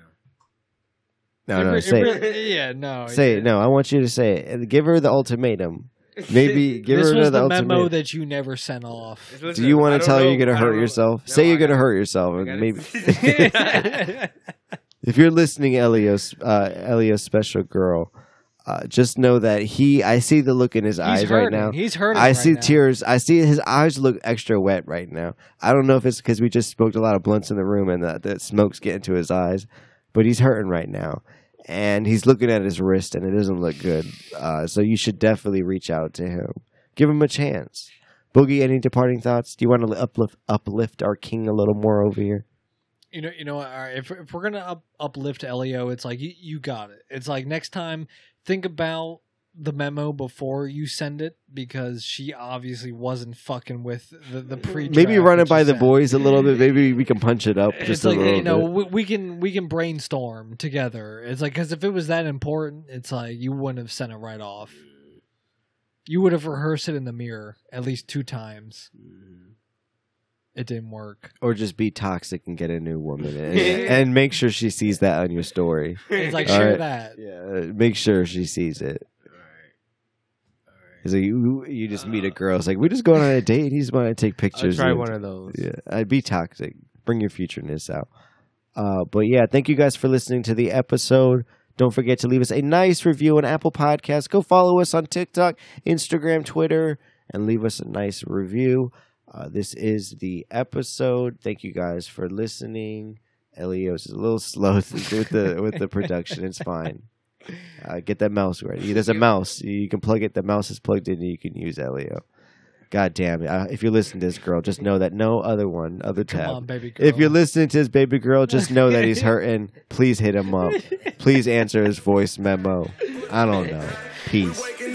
[SPEAKER 1] No, no,
[SPEAKER 4] re-
[SPEAKER 1] say it.
[SPEAKER 4] re- yeah, no.
[SPEAKER 1] Say
[SPEAKER 4] yeah.
[SPEAKER 1] it. No, I want you to say it. And Give her the ultimatum. Maybe give
[SPEAKER 4] This
[SPEAKER 1] her
[SPEAKER 4] was
[SPEAKER 1] the
[SPEAKER 4] the
[SPEAKER 1] ultimatum.
[SPEAKER 4] memo that you never sent off.
[SPEAKER 1] Do you want to tell her you're gonna hurt yourself? say you're gonna
[SPEAKER 5] hurt.
[SPEAKER 1] hurt yourself.
[SPEAKER 5] I
[SPEAKER 1] and
[SPEAKER 5] gotta-
[SPEAKER 1] Maybe if you're listening, Elios, uh, Elios, special girl, uh, just know that he. I see the look in his eyes
[SPEAKER 4] He's hurting.
[SPEAKER 1] right now.
[SPEAKER 4] He's hurting.
[SPEAKER 1] I
[SPEAKER 4] right
[SPEAKER 1] see
[SPEAKER 4] now.
[SPEAKER 1] tears. I see his eyes look extra wet right now. I don't know if it's because we just smoked a lot of blunts in the room and that, that smoke's getting to his eyes, but he's hurting right now. And he's looking at his wrist and it doesn't look good. Uh, so you should definitely reach out to him. Give him a chance. Boogie, any departing thoughts? Do you want to uplift uplift our king a little more over here?
[SPEAKER 4] You know, you know. All right, if if we're gonna up, uplift Elio, it's like you, you got it. It's like next time, think about the memo before you send it because she obviously wasn't fucking with the the pre.
[SPEAKER 1] Maybe run it by the boys
[SPEAKER 4] boys.
[SPEAKER 1] a little bit. Maybe we can punch it up just
[SPEAKER 4] it's
[SPEAKER 1] a
[SPEAKER 4] like
[SPEAKER 1] little
[SPEAKER 4] you know
[SPEAKER 1] bit.
[SPEAKER 4] we, we can we can brainstorm together it's like because if it was that important it's like you wouldn't have sent it right off you would have rehearsed it in the mirror at least two times it didn't work
[SPEAKER 1] Or just be toxic and get a new woman and, and make sure she sees that on your story.
[SPEAKER 4] it's like
[SPEAKER 1] All
[SPEAKER 4] share
[SPEAKER 1] right.
[SPEAKER 4] that
[SPEAKER 1] Yeah, make sure she sees it. It's like you, you just meet a girl. It's like we're just going on a date. and He's going to take
[SPEAKER 5] I'll
[SPEAKER 1] pictures.
[SPEAKER 5] Uh. try
[SPEAKER 1] and-
[SPEAKER 5] one of those.
[SPEAKER 1] Yeah, I'd be toxic. Bring your futureness out. Uh, but yeah, thank you guys for listening to the episode. Don't forget to leave us a nice review on Apple Podcasts. Go follow us on TikTok, Instagram, Twitter, and leave us a nice review. Uh, this is the episode. Thank you guys for listening. Elios is a little slow with the with the production. It's fine. Uh, get that mouse ready. There's a mouse. You can plug it. The mouse is plugged in. and You can use Elio. God damn it! Uh, if you listen to this girl, just know that no other one, other
[SPEAKER 4] come
[SPEAKER 1] tab.
[SPEAKER 4] on baby girl.
[SPEAKER 1] If you're listening to this baby girl, just know that he's hurting. Please hit him up. Please answer his voice memo. I don't know. Peace.
[SPEAKER 2] Waking